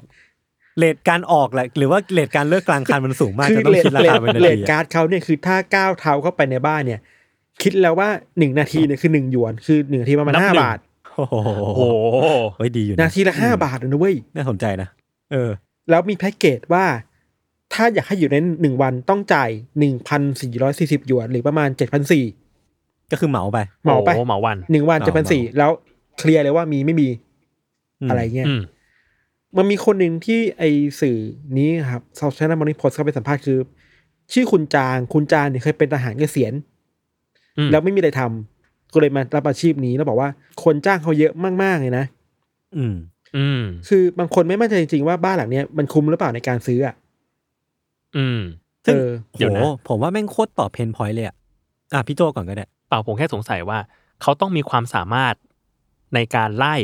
B: เลทการออกแหละหรือว่าเลทการเลิกกลางคันมันสูงมาก
C: คือ
B: จะต้อง
C: เลท
B: คิดรา
C: เล
B: คา
C: ท
B: เป็นนา
C: เลท
B: ที
C: การ์ดเขาเนี่ยคือถ้าก้าวเท้าเข้าไปในบ้านเนี่ย คิดแล้วว่าหนึ่งนาทีเนี่ยคือหนึ่งหยวนคือหนึ่งนาทีประมาณห้าบาท
B: โอ้โห
D: โอ้โห
B: เฮ้ยดีอยู่ะ
C: นาทีละห้าบาทเลยนะเว้ย
B: น่าสนใจนะเออ
C: แล้วมีแพ็กเกจว่า ถ้าอยากให้อยู่ในหนึ่งวันต้องจ่ายหนึ่งพันสี่ร้อยสี่สิบหยวนหรือประมาณเจ็ดพันสี่
B: ก็คือเหมาไป
C: เหมาไป
D: โอ้เหมาวัน
C: หนึ่งวัน
B: เห
C: เจ็ดพั
B: มาน
C: สี่แล้วเคลียร์เลยว่ามีไม่มี
B: อืม
C: อะไรเงี้ย
D: อืม
C: มันมีคนหนึ่งที่ไอสื่อนี้ครับเซาท์ชนามอนิโพสเขาไปสัมภาษณ์คือ ชื่อคุณจางคุณจางเนี่ยเคยเป็นทหารเกษียณ
D: อืม
C: แล้วไม่มีอะไรทำก็เลยมารับอาชีพนี้แล้วบอกว่าคนจ้างเขาเยอะมากๆเลยนะ
B: อืม
D: อืม
C: คือบางคนไม่มั่นใจจริงๆว่าบ้านหลังเนี้ยมันคุ้มหรือเปล่าในการซื้ออ่ะ
D: อืม
B: ซึ่ง
C: เออ
D: เดี๋ยวนะ
B: โหผมว่าแม่งโคตรตอบเพนพอยต์เลยอะอ่ะพี่โจก่อนก็ได้
D: เปล่าผมแค่สงสัยว่า เขาต้องมีความสามารถในการไล่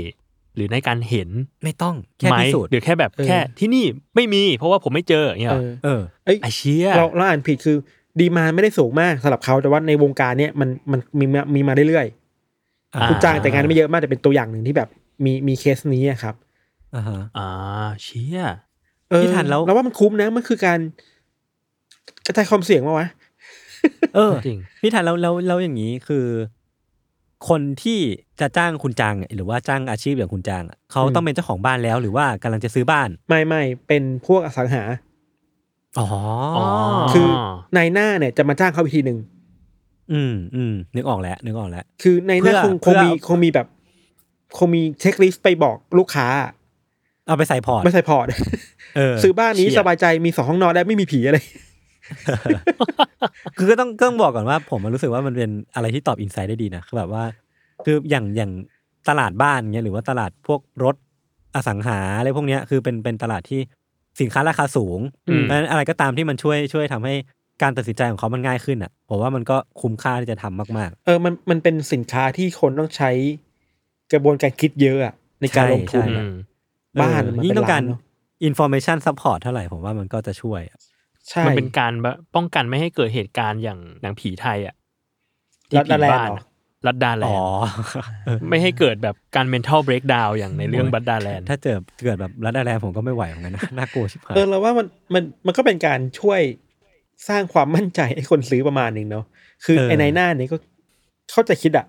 D: หรือในการเห็น
B: ไม่ต้องแค่
D: ไหม
B: พิสูจน์
D: หรือแค่แบบแค่ที่นี่ไม่มี เพราะว่าผมไม่เจออย่างเงี้ย
C: เอ
D: เหรอ
C: อ
B: เออ
C: เอ้ย
D: ไอเชี่ย
C: เราเราอ่านผิดคือดีมาไม่ได้สูงมากสำหรับเขาแต่ว่าในวงการเนี้ยมันมันมีมามีมาเรื่อย
B: อ่
C: ๆคุณจ้างแต่งานไม่เยอะมากแต่เป็นตัวอย่างหนึ่งที่แบบมีมีเคสนี้อะครับ
B: อ่าฮะ
D: อ่าเชี่ย
C: เออ
B: พี่ทันแล้ว
C: เราว่ามันคุ้มนะมันคือการกระจายความเสี่ยงมาวะ
B: เออ
D: จริง
B: พี่ทันแล้วแล้วแล้วอย่างนี้คือ คนที่จะจ้างคุณจาง หรือว่าจ้างอาชีพอย่างคุณจางอะเขา
C: อืม
B: ต้องเป็นเจ้าของบ้านแล้วหรือว่ากำลังจะซื้อบ้าน
C: ไม่ไม่เป็นพวกอสังหา
B: อ๋ออ
C: คือ นายหน้าเนี่ยจะมาจ้างเขาอีกทีหนึ่ง
B: อืมอืมนึกออกแล้วนึกออกแล้ว
C: คือนายหน้า
B: เพื่อ
C: คงค
B: เพื่
C: ง
B: อ
C: มีคงมีแบบคงมีเช็คลิสต์ไปบอกลูกค้าอะ
B: เอาไปใส่พอร์ต
C: ไม่ใส่พอร์ต
B: เ
C: ซื้อบ้านนี้
B: เชี่ย
C: สบายใจมีสองห้องนอนได้ไม่มีผีอะไร
B: คือก็ต้องก็ต้องบอกก่อนว่าผมมันรู้สึกว่ามันเป็นอะไรที่ตอบอินไซด์ได้ดีนะคือแบบว่า คืออย่างอย่างตลาดบ้านเงี้ยหรือว่าตลาดพวกรถอสังหาอะไรพวกเนี้ยคือเป็นเป็นตลาดที่สินค้าราคาสูง
D: อืม
B: เพราะฉะนั้นอะไรก็ตามที่มันช่วยช่วยทำให้การตัดสินใจของเขามันง่ายขึ้นอ่ะผมว่ามันก็คุ้มค่าที่จะทำมาก
C: เออมันมันเป็นสินค้าที่คนต้องใช้กระบวนการคิดเยอะอะในการลงทุน
B: ใช่
C: อะ
D: อืม
B: ๆ
C: บ้าน
B: เอ
C: มั
B: อน ยิ่งต้องการ
C: เป็นล้นเนะ
B: information support เท่าไหร่ผมว่ามันก็จะช่วยอะ
C: ใช่
D: มันเป็นการแบบป้องกันไม่ให้เกิดเหตุการณ์อย่างหนังผีไทยอ่ะที่
C: รัด
D: ผี
C: ดาแลน
D: บ้า
C: ด์
D: น
C: เหรอ
D: รัดดาแล
B: อ๋
D: น
B: อ
D: ด์ไม่ให้เกิดแบบการ mental breakdown อย่างในเรื่องบัดดาแลนด์
B: ถ้าเจอเกิดแบบรัดดาแลนด์ผมก็ไม่ไหวเหมือนกันนะน่ากลัวชิบหาย
C: เออเราว่ามันมันมันก็เป็นการช่วยสร้างความมั่นใจให้คนซื้อประมาณหนึ่งเนาะคือไอ้นายหน้าเนี่ยก็เข้าใจคิดอะ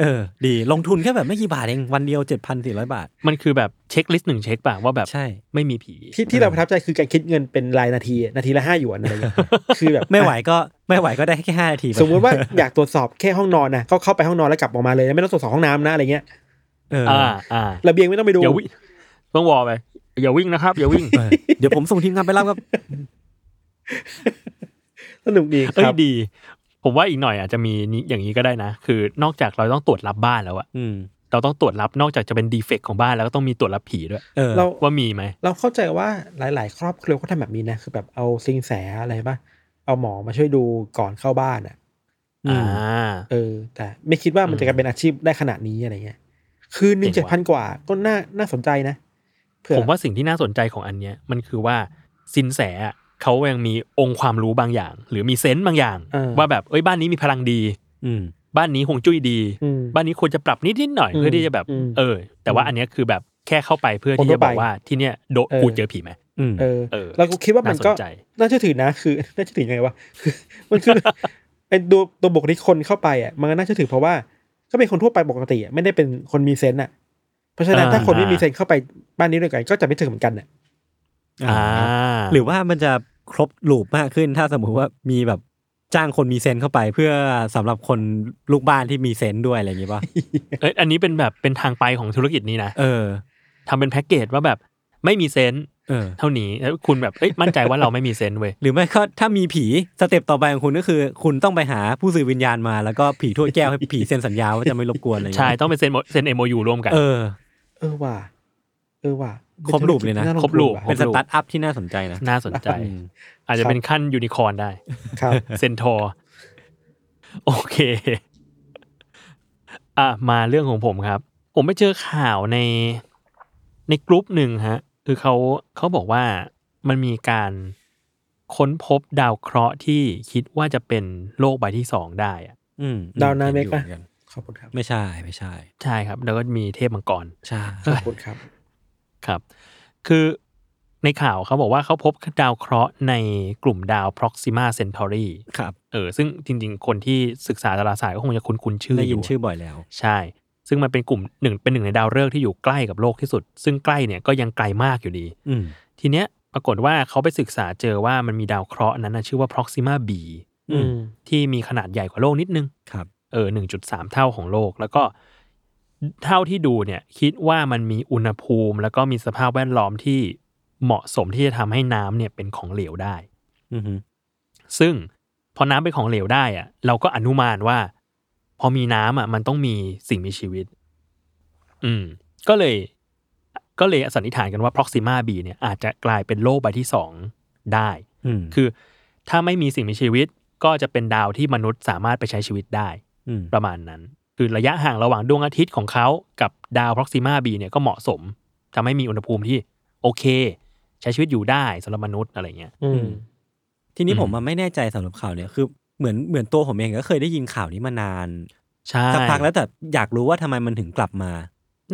B: เออดีลงทุนแค่แบบไม่กี่บาทเองวันเดียวเจ็ดพันสี่ร้อยบาท
D: มันคือแบบเช็คลิสต์หนึ่งเช็คป่ะว่าแบบ
B: ใช่
D: ไม่มีผี
C: ที่ที่เราประทับใจคือการคิดเงินเป็นรายนาทีนาทีละห้าหยวนอะไรเงี้ย คือแบบ
B: ไม่ไหวก็ไม่ไหวก็ได้แค่ห้านาที
C: อ่ะสมมุติว่าอยากตรวจสอบแค่ห้องนอนนะก็เข้าไปห้องนอนแล้วกลับออกมาเลยนะไม่ต้องตรวจสอบห้องน้ำนะอะไรเงี้ย
B: เออ
D: อ่าอ่า
C: ระเบียงไม่ต้องไปดู
D: อย่าวิ่งต้องวอลไปอย่าวิ่งนะครับ อย่าวิ่ง
B: เออเดี๋ยวผมส่งทีมงานไปรับครับ
C: สนุกดีค
D: เอ้ย
C: รับ
D: ดี ผมว่าอีกหน่อยอาจจะมีนี้อย่างนี้ก็ได้นะ คือนอกจากเราต้องตรวจรับบ้านแล้วอะ
B: อืม
D: เราต้องตรวจรับนอกจากจะเป็นดีเฟกของบ้านแล้วก็ต้องมีตรวจรับผีด้วย
B: เออ
C: เรา
D: ว่ามีไหม
C: เราเข้าใจว่าหลาย ๆ ครอบครัวก็ทำแบบนี้นะคือแบบเอาซิงแสอะไรป่ะเอาหมอมาช่วยดูก่อนเข้าบ้านอ่ะ
B: อื
D: อ่า
B: ม
C: เออ แต่ไม่คิดว่ามันจะกลายเป็นอาชีพได้ขนาดนี้อะไรเงี้ยคืนหนึ่ง
D: เจ๋
C: เจ็ด
D: ง
C: พัน
D: ว่ะ
C: กว่าก็น่าน่าสนใจนะเผื่อ
D: ผมว่าสิ่งที่น่าสนใจของอันเนี้ยมันคือว่าสินแสอะเขายังมีองค์ความรู้บางอย่าง หรือมีเซนส์บางอย่าง ว่าแบบเอ้ยบ้านนี้มีพลังดี
B: อืม
D: บ้านนี้หวงจุ้ยดี
C: อืม
D: บ้านนี้ควรจะปรับนิดนิดๆหน่อย
C: อืม
D: เพื่อที่จะแบบ
C: อืม
D: เออ แต่ว่า
C: อืม
D: อันเนี้ยคือแบบแค่เข้าไปเพื่อ
C: คน
D: ที่
C: ทั่
D: จะ
C: ว
D: บ
C: ไป
D: อกว่าที่เนี้ยโดะ
C: เออ
D: กูเจอผีไหม
B: อืม
C: เออ
D: เออ
C: เราก็คิดว่ามันก็
D: น่าสนใจ
C: น่าเชื่อถือนะ คือ น่าเชื่อถือยังไงวะ มันคือไอ้ตัวตัวบุคลิกคนเข้าไปอ่ะมันก็น่าเชื่อถือเพราะว่าก็เป็นคนทั่วไปปกติอ่ะไม่ได้เป็นคนมีเซนต์อ่ะ เพราะฉะนั้น
D: อ่า
C: ถ้าคนไม่มีเซนต์เข้าไปบ้านนี้ด้วยกันก็จะไม่ถึงเหมือนกันอ่ะ
B: อ่า
D: อ่า
B: หรือว่ามันจะครบลูปมากขึ้นถ้าสมมุติว่ามีแบบจ้างคนมีเซนส์เข้าไป เพื่อสำหรับคนลูกบ้านที่มีเซนส์ด้วยอะไรอย่างงี้ป่ะ
D: เอ้ยอันนี้เป็นแบบเป็นทางไปของธุรกิจนี้นะ
B: เออ
D: ทำเป็นแพ็กเกจว่าแบบไม่มีเซนส์
B: เออ
D: เท่านี้แล้วคุณแบบเอ้ยมั่นใจว่าเราไม่มีเซนส์เว้ย
B: หรือไม่ก็ถ้ามีผีสเต็ปต่อไปของคุณก็คือ คุณต้องไปหาผู้สื่อวิญญาณมา แล้วก็ผีถ้วยแก้วให้ผีเซ็นสัญญาว่าจะไม่รบกวนอะไรอย่าง
D: ใช่
B: เงี้ย
D: ต้องเป็นเซนเซนเอ็มโอยูร่วมกัน
B: เออ
C: เออว่ะเออว่ะ
B: ครบรูปเลยนะ
C: า
D: ครบรูป
C: ว่ะ
B: เป็นสตาร์ทอัพที่น่าสนใจนะ
D: น่าสนใจ
B: อืม
D: อาจจะเป็นขั้นยูนิคอร์นได้
C: ครับ
D: เซนทอร์โอเค อ่ะ มาเรื่องของผมครับ ผมไปเจอข่าวในในกลุ่มหนึ่งฮะ คือเขาเขาบอกว่ามันมีการค้นพบดาวเคราะห์ที่คิดว่าจะเป็นโลกใบที่สองได้อะ
B: อืม
C: ดาวนาเมก
B: ห็
C: ป่ะ
B: นอยู่หอนน
C: ขอบคุณครับ
B: ไม่ใช่ไม่ใช่
D: ใช่ครับ แล้วก็มีเทพมังกร
B: ใช่
C: ขอบคุณครับ
D: ครับ คือในข่าวเขาบอกว่าเขาพบดาวเคราะห์ในกลุ่มดาว Proxima Centauri
B: ครับ
D: เออ ซึ่งจริง ๆ คนที่ศึกษาดาราศาสตร์ก็คงจะคุ้นๆชื่อ
B: ได้
D: อ
B: ยิ
D: ยู่
B: นชื่อบ่อยแล้ว
D: ใช่ ซึ่งมันเป็นกลุ่มหนึ่งเป็นหนึ่งในดาวฤกษ์ที่อยู่ใกล้กับโลกที่สุด ซึ่งใกล้เนี่ยก็ยังไกลมากอยู่ดี
B: อืม
D: ทีเนี้ย ปรากฏว่าเขาไปศึกษาเจอว่ามันมีดาวเคราะห์นั้นนะชื่อว่า Proxima b
C: อืม
D: ที่มีขนาดใหญ่กว่าโลกนิดนึง
B: ครับ
D: เออหนึ่งจุดสามเท่าของโลก แล้วก็เท่าที่ดูเนี่ยคิดว่ามันมีอุณหภูมิ แล้วก็มีสภาพแวดล้อมที่เหมาะสมที่จะทำให้น้ำเนี่ยเป็นของเหลวได้
B: อือฮึ
D: ซึ่งพอน้ำเป็นของเหลวได้อะเราก็อนุมานว่า พอมีน้ำอ่ะมันต้องมีสิ่งมีชีวิต อืม ก็เลย ก็เลยสันนิษฐานกันว่า Proxima b เนี่ยอาจจะกลายเป็นโลกใบที่สองได้
B: อืม
D: คือถ้าไม่มีสิ่งมีชีวิต ก็จะเป็นดาวที่มนุษย์สามารถไปใช้ชีวิตได้
B: ม
D: ประมาณนั้น คือระยะห่างระหว่างดวงอาทิตย์ของเขากับดาว Proxima b เนี่ยก็เหมาะสมทำให้มีอุณหภูมิที่โอเค ใช้ชีวิตอยู่ได้สำหรับมนุษย์อะไรเงี้ย
C: อืม
B: ทีนี้
D: อืม
B: ผมอะไม่แน่ใจสำหรับข่าวเนี่ยคือเหมือนเหมือนตัวผมเองก็เคยได้ยินข่าวนี้มานาน
D: ใช่
B: สักพักแล้วแต่อยากรู้ว่าทำไมมันถึงกลับมา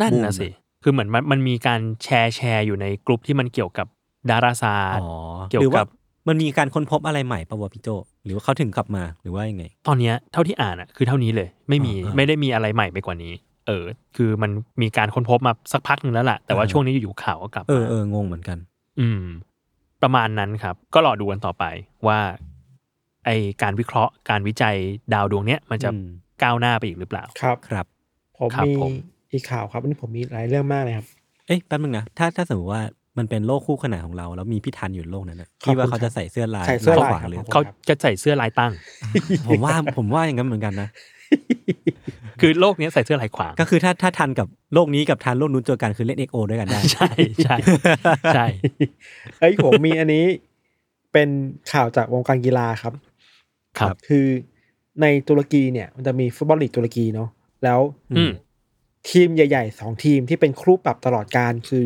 D: นั่น
B: บูม
D: นะ
B: อะ
D: สิ คือเหมือนมันมันมีการแชร์แชร์อยู่ในกลุ่มที่มันเกี่ยวกับดาราศาสตร์ เกี่ย
B: ห
D: วกับ
B: รือว่ามันมีการค้นพบอะไรใหม่ปะวะพี่โจหรือว่าเขาถึงกลับมาหรือว่ายังไง
D: ตอนเนี้ยเท่าที่อ่านอะคือเท่านี้เลย ไม่มี
B: อ่าอ่า
D: ไม่ได้มีอะไรใหม่ไปกว่านี้ เออ คือมันมีการค้นพบมาสักพักหนึ่งแล้วล่ะ แต่ว่า
B: อ่า
D: ช่วงนี้อยู่ๆข่าวก็กลับ
B: เออ
D: มา
B: เอองงเหมือนกัน
D: อืม ประมาณนั้นครับ ก็รอดูกันต่อไปว่าไอการวิเคราะห์การวิจัยดาวดวงเนี้ยมันจะ
B: อืม
D: ก้าวหน้าไปอีกหรือเปล่า
C: ครับ
B: ครับ
C: ผม
D: ครับ
C: มี
D: ผม
C: อีกข่าวครับวันนี้ผมมีหลายเรื่องมากเลยครับ
B: เอ๊ะแป๊บนึงนะถ้าถ้าสมมติว่ามันเป็นโลกคู่ขนานของเรา แล้วมีพี่ทันอยู่ในโลกนั้นนะ
C: ขอ
B: พี่
C: บคุณ
B: ว่าเขา
C: ครับ
B: จะใส่เสื้อลาย
C: ใส่เสื้อลาย
B: ขวาง
C: ครับ
B: หรือ
C: ผม
D: เขาจะใส่เสื้อลายตั้ง
B: ผมว่าผมว่าอย่างนั้นเหมือนกันนะ
D: คือโลกเนี้ยใส่เสื้อลายขวาง
B: ก็คือถ้าถ้าทันกับโลกนี้กับทันโลกนู้นเจอกันคือเล่นเอ็กโอด้วยกันได้
D: ใช่ใช่ใช่
C: เอ้ยผมมีอันนี้เป็นข่าวจากวงการกีฬาครับ
D: ครับ
C: คือในตุรกีเนี่ย มันจะมีฟุตบอลลีกตุรกีเนาะแล้ว
D: อืม
C: ทีมใหญ่ๆสองทีมที่เป็นคู่ปรับตลอดการคือ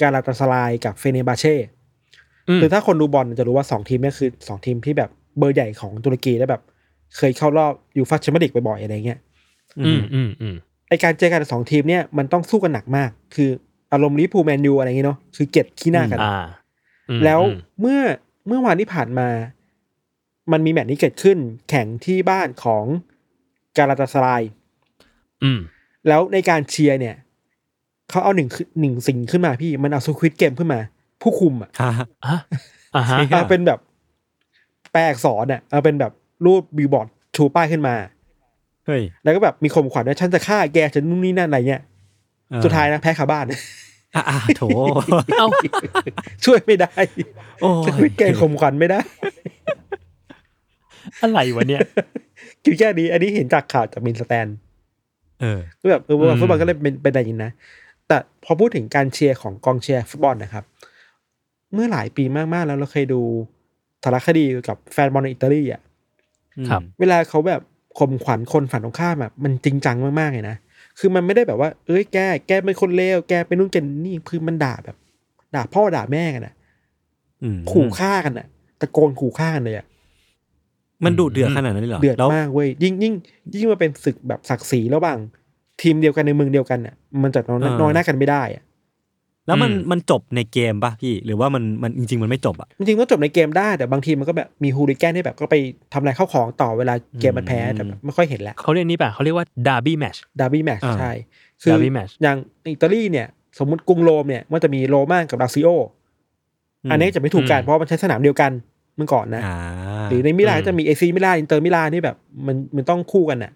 C: กาลาตาสลายกับเฟเนบาเช่
D: อืม
C: คือถ้าคนดูบอลจะรู้ว่าสองทีมเนี่ยคือสองทีมที่แบบเบอร์ใหญ่ของตุรกีและแบบ เคยเข้ารอบยูฟ่าแชมเปี้ยนลีกบ่อยๆอะไรเงี้ย
D: อืมอืมอืม
C: ไอการเจอกันสองทีมเนี่ยมันต้องสู้กันหนักมาก คืออารมณ์ลิเวอร์พูลแมนยูอะไรอย่างเงี้เนาะคือเกลียดขี้หน้ากัน
D: อ่าอืม
C: แล้ว
D: อืม
C: เมื่อเมื่อวานที่ผ่านมา มันมีแมตช์นี้เกิดขึ้น แข่งที่บ้านของกาลาตาสลาย
D: อืม
C: แล้วในการเชียร์เนี่ย เขาเอาหนึ่งขึ้นหนึ่งสิ่งขึ้นมาพี่มันเอาสควิตเกมขึ้นมา ผู้คุมอ่ะ
B: ค่ะ
D: อ่ะอ่าฮะ
B: จริง
C: เอาเป็นแบบแปลอักษรอ่ะเอาเป็นแบบรูปบิลบอร์ดชูป้ายขึ้นมา
B: เฮ้ย
C: แล้วก็แบบมีข่มขวัญว่าฉันจะฆ่าแกฉันนู่นนี่นั่นอะไรเงี้ย
B: เออ
C: สุดท้ายนะแพ้คาบ้าน
B: อ่ะอ่ะโถ
D: เอ้า
C: ช่วยไม่ได้
B: โอ้ย
C: สควิตเกมข่มขวัญไม่ได้
D: อะไรวะเนี่ย
C: คิดแค่นี้อันนี้เห็นจากข่าวจากมินสแตน
B: เออ
C: ก็แบบเออ
D: อื
C: ว่าม ฟุตบอลก็เลยเป็นเป็นอะไรอย่างนี้นะ แต่พอพูดถึงการเชียร์ของกองเชียร์ฟุตบอลนะครับ เมื่อหลายปีมาก ๆ แล้วเราเคยดูสารคดีเกี่ยวกับแฟนบอลในอิตาลีอ่ะ
D: ครับ
C: เวลาเขาแบบข่มขวัญคนฝันตรงข้ามแบบมันจริงจังมาก ๆ เลยนะ คือมันไม่ได้แบบว่า เอ้ยแกแกเป็นคนเลวแกเป็นนู่นแกเป็นนี่คือมันด่าแบบ ด่าพ่อด่าแม่กันอ่ะ
B: อืม
C: ขู่ฆ่ากันอ่ะตะโกนขู่ฆ่ากันเลยอ่ะ
B: มันดุเดือดขนาดนั้นเลยเหรอ
C: เดือด
B: แล้ว
C: มากเว้ยยิ่งยิ่งยิ่งมาเป็นศึกแบบศักดิ์ศรีระหว่างทีมเดียวกันในเมืองเดียวกันอ่ะ มันจะน้อยหน้าน้อยหน้ากันไม่ได้อ่ะ
B: แล้วมัน
D: อืม
B: มันจบในเกมป่ะพี่ หรือว่ามันมันจริง ๆ มันไม่จบอ่ะ
C: จริงๆก็จบในเกมได้แต่บางทีมันก็แบบมีฮูลิแกนที่แบบก็ไปทำลายข้าวของต่อเวลาเกมมันแพ้
B: อืม
C: แต่แบบไม่ค่อยเห็นแล้ว
D: เขาเรียกนี้ป่ะเขาเรียกว่าดาร์บี้แมช
C: ดาร์บี้แมช
B: อ่า
C: ใช่ คือ
D: Derby match
C: อย่างอิตาลีเนี่ย สมมติกรุงโรมเนี่ย มันจะมีโรม่ากับลาซิโอออันนี้จะไม่ถูกกัน
D: อืม
C: เพราะมันใช้สนามเดียวกันเมื่อก่อนนะ
B: อ่า
C: หรือในมิลานก็จะมีเอซีมิลานอินเตอร์มิลานที่แบบมันมันต้องคู่กันน่ะ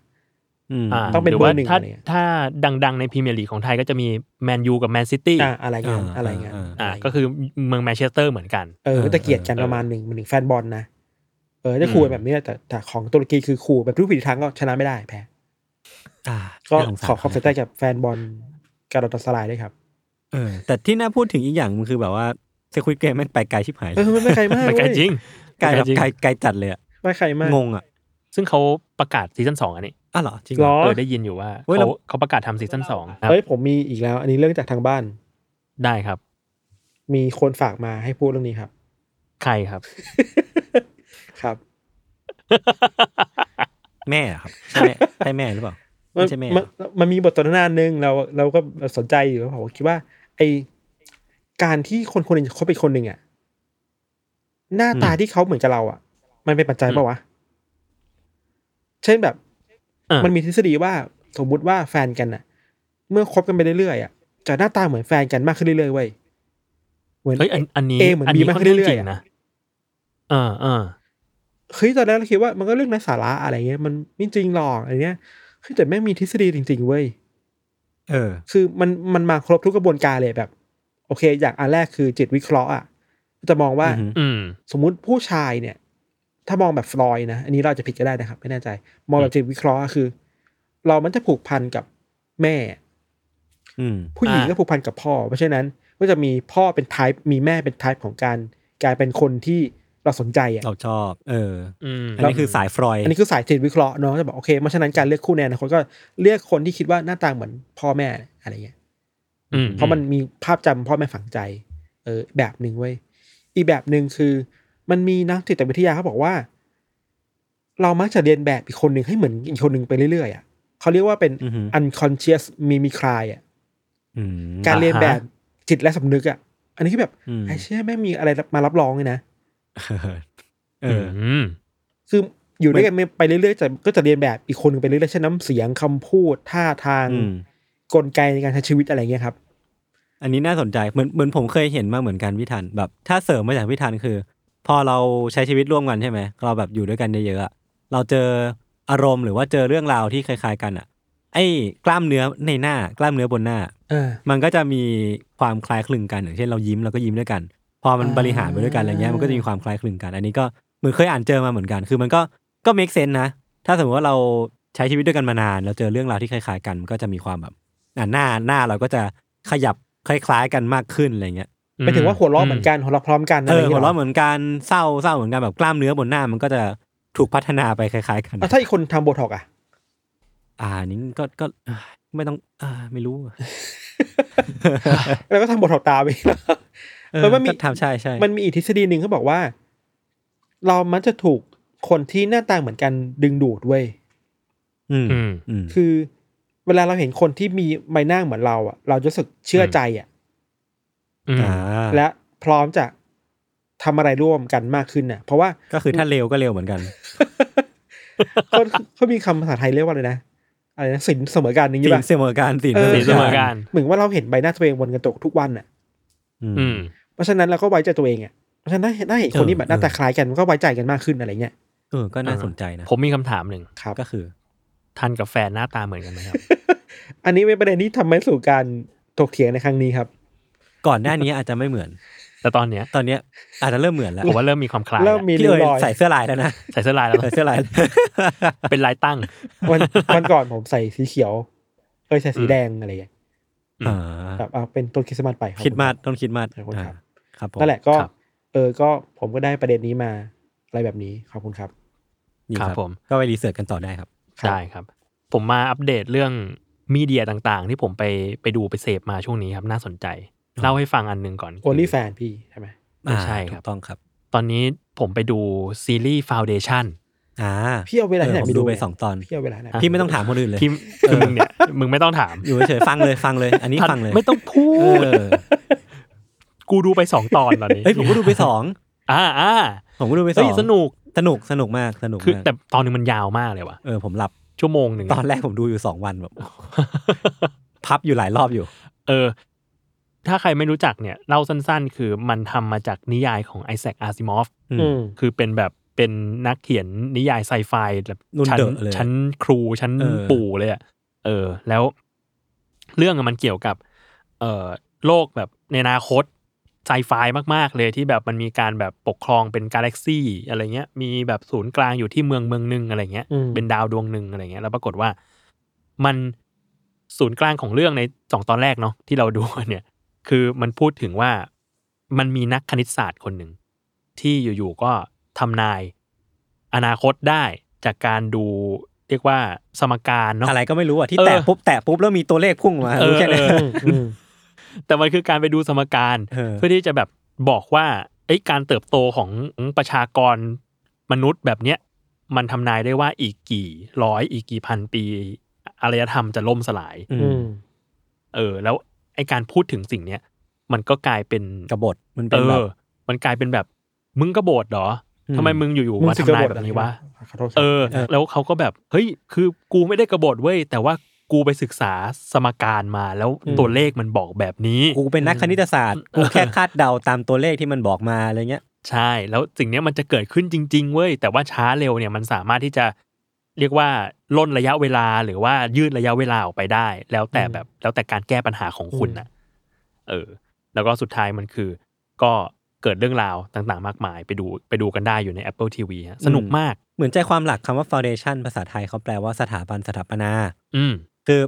B: อืม
D: อ่า
C: ต้องเป็น
D: รื
C: เบอ
D: ว่า
C: ร์หนึ่ง
D: ถ้า
C: อะไรเงี้ย
D: ถ้าดังๆในพรีเมียร์ลีกของไทยก็จะมีแมนยูกับแมนซิตี้
C: อ่าอะไรเงี้ย
B: อ่า
C: อะไรเงี้ย
B: อ่า
D: อ่าก็คือเมืองแมนเชสเตอร์เหมือนกัน
C: เออก็จะเกลียดกันประมาณหนึ่งมันถึงแฟนบอลนะเออจะขู่กันแบบเนี้ยแต่แต่ของตุรกีคือขู่แบบทุกผิดทางก็ชนะไม่ได้แพ้
B: อ่า
C: ก็
B: น่าสงสาร
C: ขอความเสียใจกับแฟนบอลกาลาตาสลายด้วยครับ
B: เออแต่ที่น่าพูดถึงอีกอย่างมันคือแบบว่าสควิตเกมแม่งไปไกลชิบหายเล
C: เอย อมันไม่ไกลมาก
D: ไปไกล
C: เว้ย
D: จริง
B: ไกลแบบ
D: จริง
B: ไกลไกลจัดเลยอะ
C: ไม่ไกลมาก
B: งงอ่ะ
D: ซึ่งเขาประกาศซีซั่นสองอันนี้
B: อ้าวเหรอจริง
C: หรอ
D: เออได้ยินอยู่ว่า
B: เฮ้ย
D: เขา
B: เรา
D: เขาประกาศทำซีซั่นสองครับ
C: เอ้ยผมมีอีกแล้ว อันนี้เรื่องจากทางบ้าน
D: ได้ครับ
C: มีคนฝากมาให้พูดเรื่อง นี้ครับ
D: ใครครับ
C: ครับ
B: แม่อะครับใช่แม่ใช่แม่หรือเปล่า ไม่ใช่แม่
C: นนมันมีบทสนทนาหนึ่งเราเราก็สนใจอยู่แล้วผมคิดว่า ไอการที่คนคนหนึงเขาเป็นคนหนึ่งอะหน้าตาที่เขาเหมือนกับเราอะมันเป็นปัจจัยปะวะ เช่นแบบ
D: เออ
C: มันมีทฤษฎีว่าสมมุติว่าแฟนกันอะเมื่อคบกันไปเรื่อยๆอะจะหน้าตาเหมือนแฟนกันมากขึ้นเรื่อยๆเว้ย เหมือน
D: เฮ้ยอันอันนี้
C: เอเหมือน
D: น
C: มี
D: นี้
C: มาก
D: ค่
C: ขึ้
D: อน นข้าง
C: เรื่อยๆ
D: จริง
C: อะ
D: นะเออเออ
C: เฮ้ยตอนแรกเราคิดว่ามันก็เรื่องไร้สาระอะไรเงี้ยมันไม่จริงหรอกอะไรเงี้ยเฮ้ยแต่แม่งมีทฤษฎีจริง ๆ เว้ย
B: เออ
C: คือมันมันมาครบทุกกระบวนการเลยแบบ โอเค อย่างอันแรกคือจิตวิเคราะห์อ่ะจะมองว่า
B: อือฮึ
D: อืม
C: สมมุติผู้ชายเนี่ย ถ้ามองแบบฟลอยด์นะ อันนี้เราอาจจะผิดก็ได้นะครับ ไม่แน่ใจ มองแบบจิตวิเคราะห์อะคือ เรามันจะผูกพันกับแม่
B: อืม
C: ผู้หญิง
D: อ่า
C: ก็ผูกพันกับพ่อ เพราะฉะนั้นก็จะมีพ่อเป็นไทป์มีแม่เป็นไทป์ของการการเป็นคนที่เราสนใจอ่ะ
B: เราชอบ เออ
D: อืม
B: อันนี้คือสายฟรอยด์
C: อันนี้คือสายจิตวิเคราะห์เนาะจะบอกโอเคเพราะฉะนั้นการเลือกคู่แนอนะคนก็เลือกคนที่คิดว่าหน้าตาเหมือนพ่อแม่อะไรเงี้ย
D: อื
C: เพราะมันมีภาพจำพ่อแม่ฝังใจ เออ แบบหนึ่งเว้ยอีกแบบหนึ่งคือ มันมีนักจิตวิทยาเขาบอกว่า เรามักจะเรียนแบบอีกคนหนึ่งให้เหมือนอีกคนหนึ่งไปเรื่อยๆอ่ะเขาเรียกว่าเป็น
B: อือฮึ
C: unconscious mimicry อ่ะ
B: อืม
C: การเรียนแบบจิตและสำนึกอ่ะอันนี้คือแบบ
B: อืม
C: ไอ้เชื่อแม่งมีอะไรมารับรองเลยนะ
B: เออ
D: ม
C: คืออยู่ด้วยกันไปเรื่อยๆจะก็จะเรียนแบบอีกคนหนึ่งไปเรื่อยๆเช่นน้ำเสียงคำพูดท่าทาง
B: อืม
C: กลไกในการใช้ชีวิตอะไรเงี้ยครับ
B: อันนี้น่าสนใจเหมือนเหมือนผมเคยเห็นมาเหมือนกันพี่ทันแบบ ถ้าเสริมมาจากพี่ทันคือ พอเราใช้ชีวิตร่วมกันใช่ไหมเราแบบอยู่ด้วยกันเยอะๆอะเราเจออารมณ์หรือว่าเจอเรื่องราวที่คล้ายๆกันอ่ะ ไอ้กล้ามเนื้อในหน้ากล้ามเนื้อบนหน้า
C: เออ
B: มันก็จะมีความคล้ายคลึงกันอย่างเช่นเรายิ้มเราก็ยิ้มด้วยกัน พอมัน
C: อ่า
B: บริหารไปด้วยกันอะไรเงี้ยมันก็จะมีความคล้ายคลึงกัน อันนี้ก็เหมือนเคยอ่านเจอมาเหมือนกัน คือมันก็ก็ make sense นะ ถ้าสมมติว่าเราใช้ชีวิตด้วยกันมานาน เราเจอเรื่องราวที่คล้ายๆกันมันก็จะมีความแบบอ่ะหน้าหน้าเราก็จะขยับคล้าย ๆ กันมากขึ้นอะไรเงี้ย
C: ไปถึงว่าหัวเราะเหมือนกันหัวเราะพร้อมกัน
B: เอ
C: อะ
B: อ
C: ไรเงี้ย
B: หัวเราะเหมือนกันเศร้าเศร้าเหมือนกันแบบกล้ามเนื้อบนหน้ามันก็จะถูกพัฒนาไปคล้าย ๆ กัน
C: อ่ะถ้าอีกคนทำโบท็อกอ่ะ
B: อ่านี่ก็ก็เอ้ยไม่ต้องอ่าไม่รู้อะ
C: แล้วก็ทำโบท็อกตามไป
B: เออ
C: เพราะว่ามี
B: ก็ทำใช่ใช่
C: มันมีอีกทฤษฎีหนึ่งเขาบอกว่า เรามันจะถูกคนที่หน้าตาเหมือนกันดึงดูดเว้ย
B: อืม
D: อืม
B: อืม
C: คือ เวลาเราเห็นคนที่มีใบหน้าเหมือนเราอ่ะ เราจะรู้สึกเชื่อใจอ่ะ
D: อืม
B: อ่า
C: และพร้อมจะทำอะไรร่วมกันมากขึ้นน่ะ เพราะว่า
B: ก็คือถ้าเร็วก็เร็วเหมือนกัน
C: เขาเขามีคำภาษาไทยเรียกว่าอะไรนะอะไรนะสินเสมอการอย่าง
B: สิ
C: นี้
B: น
C: ป่ะ
B: เสมอการสิน
C: เออ
D: สีเสมอกัน
C: เหมือนว่าเราเห็นใบหน้าตัวเองบนกระจกทุกวันน่ะ
D: อื
B: อืม
D: ม
C: เพราะฉะนั้นเราก็ไว้ใจตัวเองอ่ะ เพราะฉะนั้นถ้าเห็นถ้าเห็นคนที่แบบหน้าตา
B: เออ
C: คล้ายกันมันก็ไว้ใจกันมากขึ้นอะไรเงี้ย
B: เออ ก็น่า
D: อ่า
B: สนใจนะ
D: ผมมีคำถามหนึ่ง
C: ครับ
B: ก็คือ
D: ทันกับแฟนหน้าตาเหมือนกันไหมครับ
C: อันนี้เป็นประเด็นที่ทำให้สู่การถกเถียงในครั้งนี้ครับ
B: ก่อนหน้านี้อาจจะไม่เหมือน
D: แต่ตอนเนี้ย
B: ตอนเนี้ยอาจจะเริ่มเหมือนแล้ว
D: ผมว่าเริ่มมีความคล้าย
C: เริ่ม
D: แล้ว
C: มี
B: พี่
C: ริ้ว
B: เอ๋ย
C: รอย
B: ใส่เสื้อลายแล้วนะ
D: ใส่เสื้อลายแล้ว
B: ใส่เสื้อลายแล้ว
D: เป็นลายตั้ง
C: วันวันก่อนผมใส่สีเขียวเคยใส่สีแดงอะไรเงี้ย
D: อืม
B: อ่า
C: ครับเอาเป็นต้นคริสต์มาสไปรับ
B: คิดมาดต้องคิดมาด
C: ขอบคุณครับ
B: อ่าครับผม
C: นั่นแหละก็
D: ครับ
C: เออก็ผมก็ได้ประเด็นนี้มาอะไรแบบนี้ขอบคุณครับ
B: ดี
D: ครับผม
B: ก็ไปรีเสิร์ชกันต่อได้ครับ
C: ครับ
D: ได้ครับ ผมมาอัปเดตเรื่องมีเดียต่างๆ ที่ผมไปไปดูไปเสพมาช่วงนี้ครับ น่าสนใจ เล่าให้ฟังอันหนึ่งก่อน
C: โอลี่
D: คือ
C: แฟนพี่ใช่ไหม
D: ไม่ใช่
B: อ่า
D: ครับ
B: ถูกต้องครับ
D: ตอนนี้ผมไปดูซีรีส์ Foundation
B: อ่า
C: พี่เอาเวลาที่ไหน
B: ผม
C: ไปดู
B: ดูไป
C: เนี่ย
B: สองตอน
C: พี่เอาเวลาไหน
D: ฮะ
B: พี่ไม่ต้องถามคนอื่นเลย
D: ที่คือมึงเนี่ยมึงไม่ต้องถาม
B: อยู่เฉยๆฟังเลยฟังเลย อันนี้
D: ทั
B: ฟังเลย
D: ไม่ต้องพู
B: เอ
D: ด
B: อ
D: กูดูไปสองตอนตอนนี้
B: เอ้ยผมก็ดูไปสอง
D: อ่าอ่า
B: ผมก็ดูไปส
D: เฮ้
B: อย ง
D: สนุก
B: สนุกสนุกมากสนุก
D: คือ
B: มาก
D: แต่ตอนหนึงมันยาวมากเลยว่ะ
B: เออผมหลับ
D: ชั่วโมงหนึ่ง
B: ตอนแรกผมดูอยู่สองวันแบบ พับอยู่หลายรอบอยู่
D: เออ ถ้าใครไม่รู้จักเนี่ยเล่าสั้นๆ คือมันทำมาจากนิยายของไอแซคอาซิมอฟ
C: อืม
D: คือเป็นแบบเป็นนักเขียนนิยายไซไฟแบบ
B: รุ่น
D: ชั้น
B: เดอะเลย
D: ชั้นครูชั้น
B: เออ
D: ปู่เลยอะเออ แล้ว เรื่องอะมันเกี่ยวกับ เออโลกแบบในอนาคตไซไฟมากๆเลยที่แบบมันมีการแบบปกครองเป็นกาแล็กซี่อะไรเงี้ย มีแบบศูนย์กลางอยู่ที่เมืองเมืองหนึ่งอะไรเงี้ย
C: อืม
D: เป็นดาวดวงหนึ่งอะไรเงี้ย แล้วปรากฏว่ามันศูนย์กลางของเรื่องในสองตอนแรกเนาะที่เราดูเนี่ย คือมันพูดถึงว่ามันมีนักคณิตศาสตร์คนหนึ่ง ที่อยู่ๆก็ทำนาย อนาคตได้จากการดูเรียกว่าสมการเนาะ
B: อะไรก็ไม่รู้อ่ะที่
D: เออ
B: แตะปุ๊บแตะปุ๊บแล้วมีตัวเลขพุ่งมา
D: เออ
B: รู้แค่นั้น
D: เออ
C: อืม
D: แต่มันคือการไปดูสมการ
B: เออ
D: เพื่อที่จะแบบบอกว่าไอ้ยการเติบโตของประชากรมนุษย์แบบเนี้ยมันทำนายได้ว่าอีกกี่ร้อยอีกกี่พันปีอารยธรรมจะล่มสลาย
B: อื
C: อื
B: ม
C: ม
D: เออ แล้วไอ้การพูดถึงสิ่งเนี้ยมันก็กลายเป็น
B: กบฏมัน
D: เอ
B: เป็นแบบ
D: อ มันกลายเป็นแบบมึงกบฏเหรอ
B: อืม
D: ทำไมมึงอยู่ๆมาทำนายแบบนี้วะ
C: ขอโทษครับ
D: เออ แล้วเขาก็แบบ เฮ้ย คือกูไม่ได้กบฏเว้ย แต่ว่า กูไปศึกษาสมการมาแล้ว
C: อืม
D: ตัวเลขมันบอกแบบนี้
B: กูเป็นนักคณิตศาสตร์กูแค่คาดเดาตามตัวเลขที่มันบอกมาอะไรเงี้ย
D: ใช่ แล้วสิ่งเนี้ยมันจะเกิดขึ้นจริง ๆ เว้ย แต่ว่าช้าเร็วเนี่ยมันสามารถที่จะเรียกว่าล่นระยะเวลาหรือว่ายืดระยะเวลาออกไปได้ แล้วแต่แบบแล้วแต่การแก้ปัญหาของคุณน่ะ เออ แล้วก็สุดท้ายมันคือ ก็เกิดเรื่องราวต่างๆ มากมายไปดูไปดูกันได้อยู่ใน Apple TV ฮะสนุกมาก
B: เหมือนใจความหลักคำว่า foundation ภาษาไทยเขาแปลว่าสถาบันสถาปนา
D: อืม
B: คือ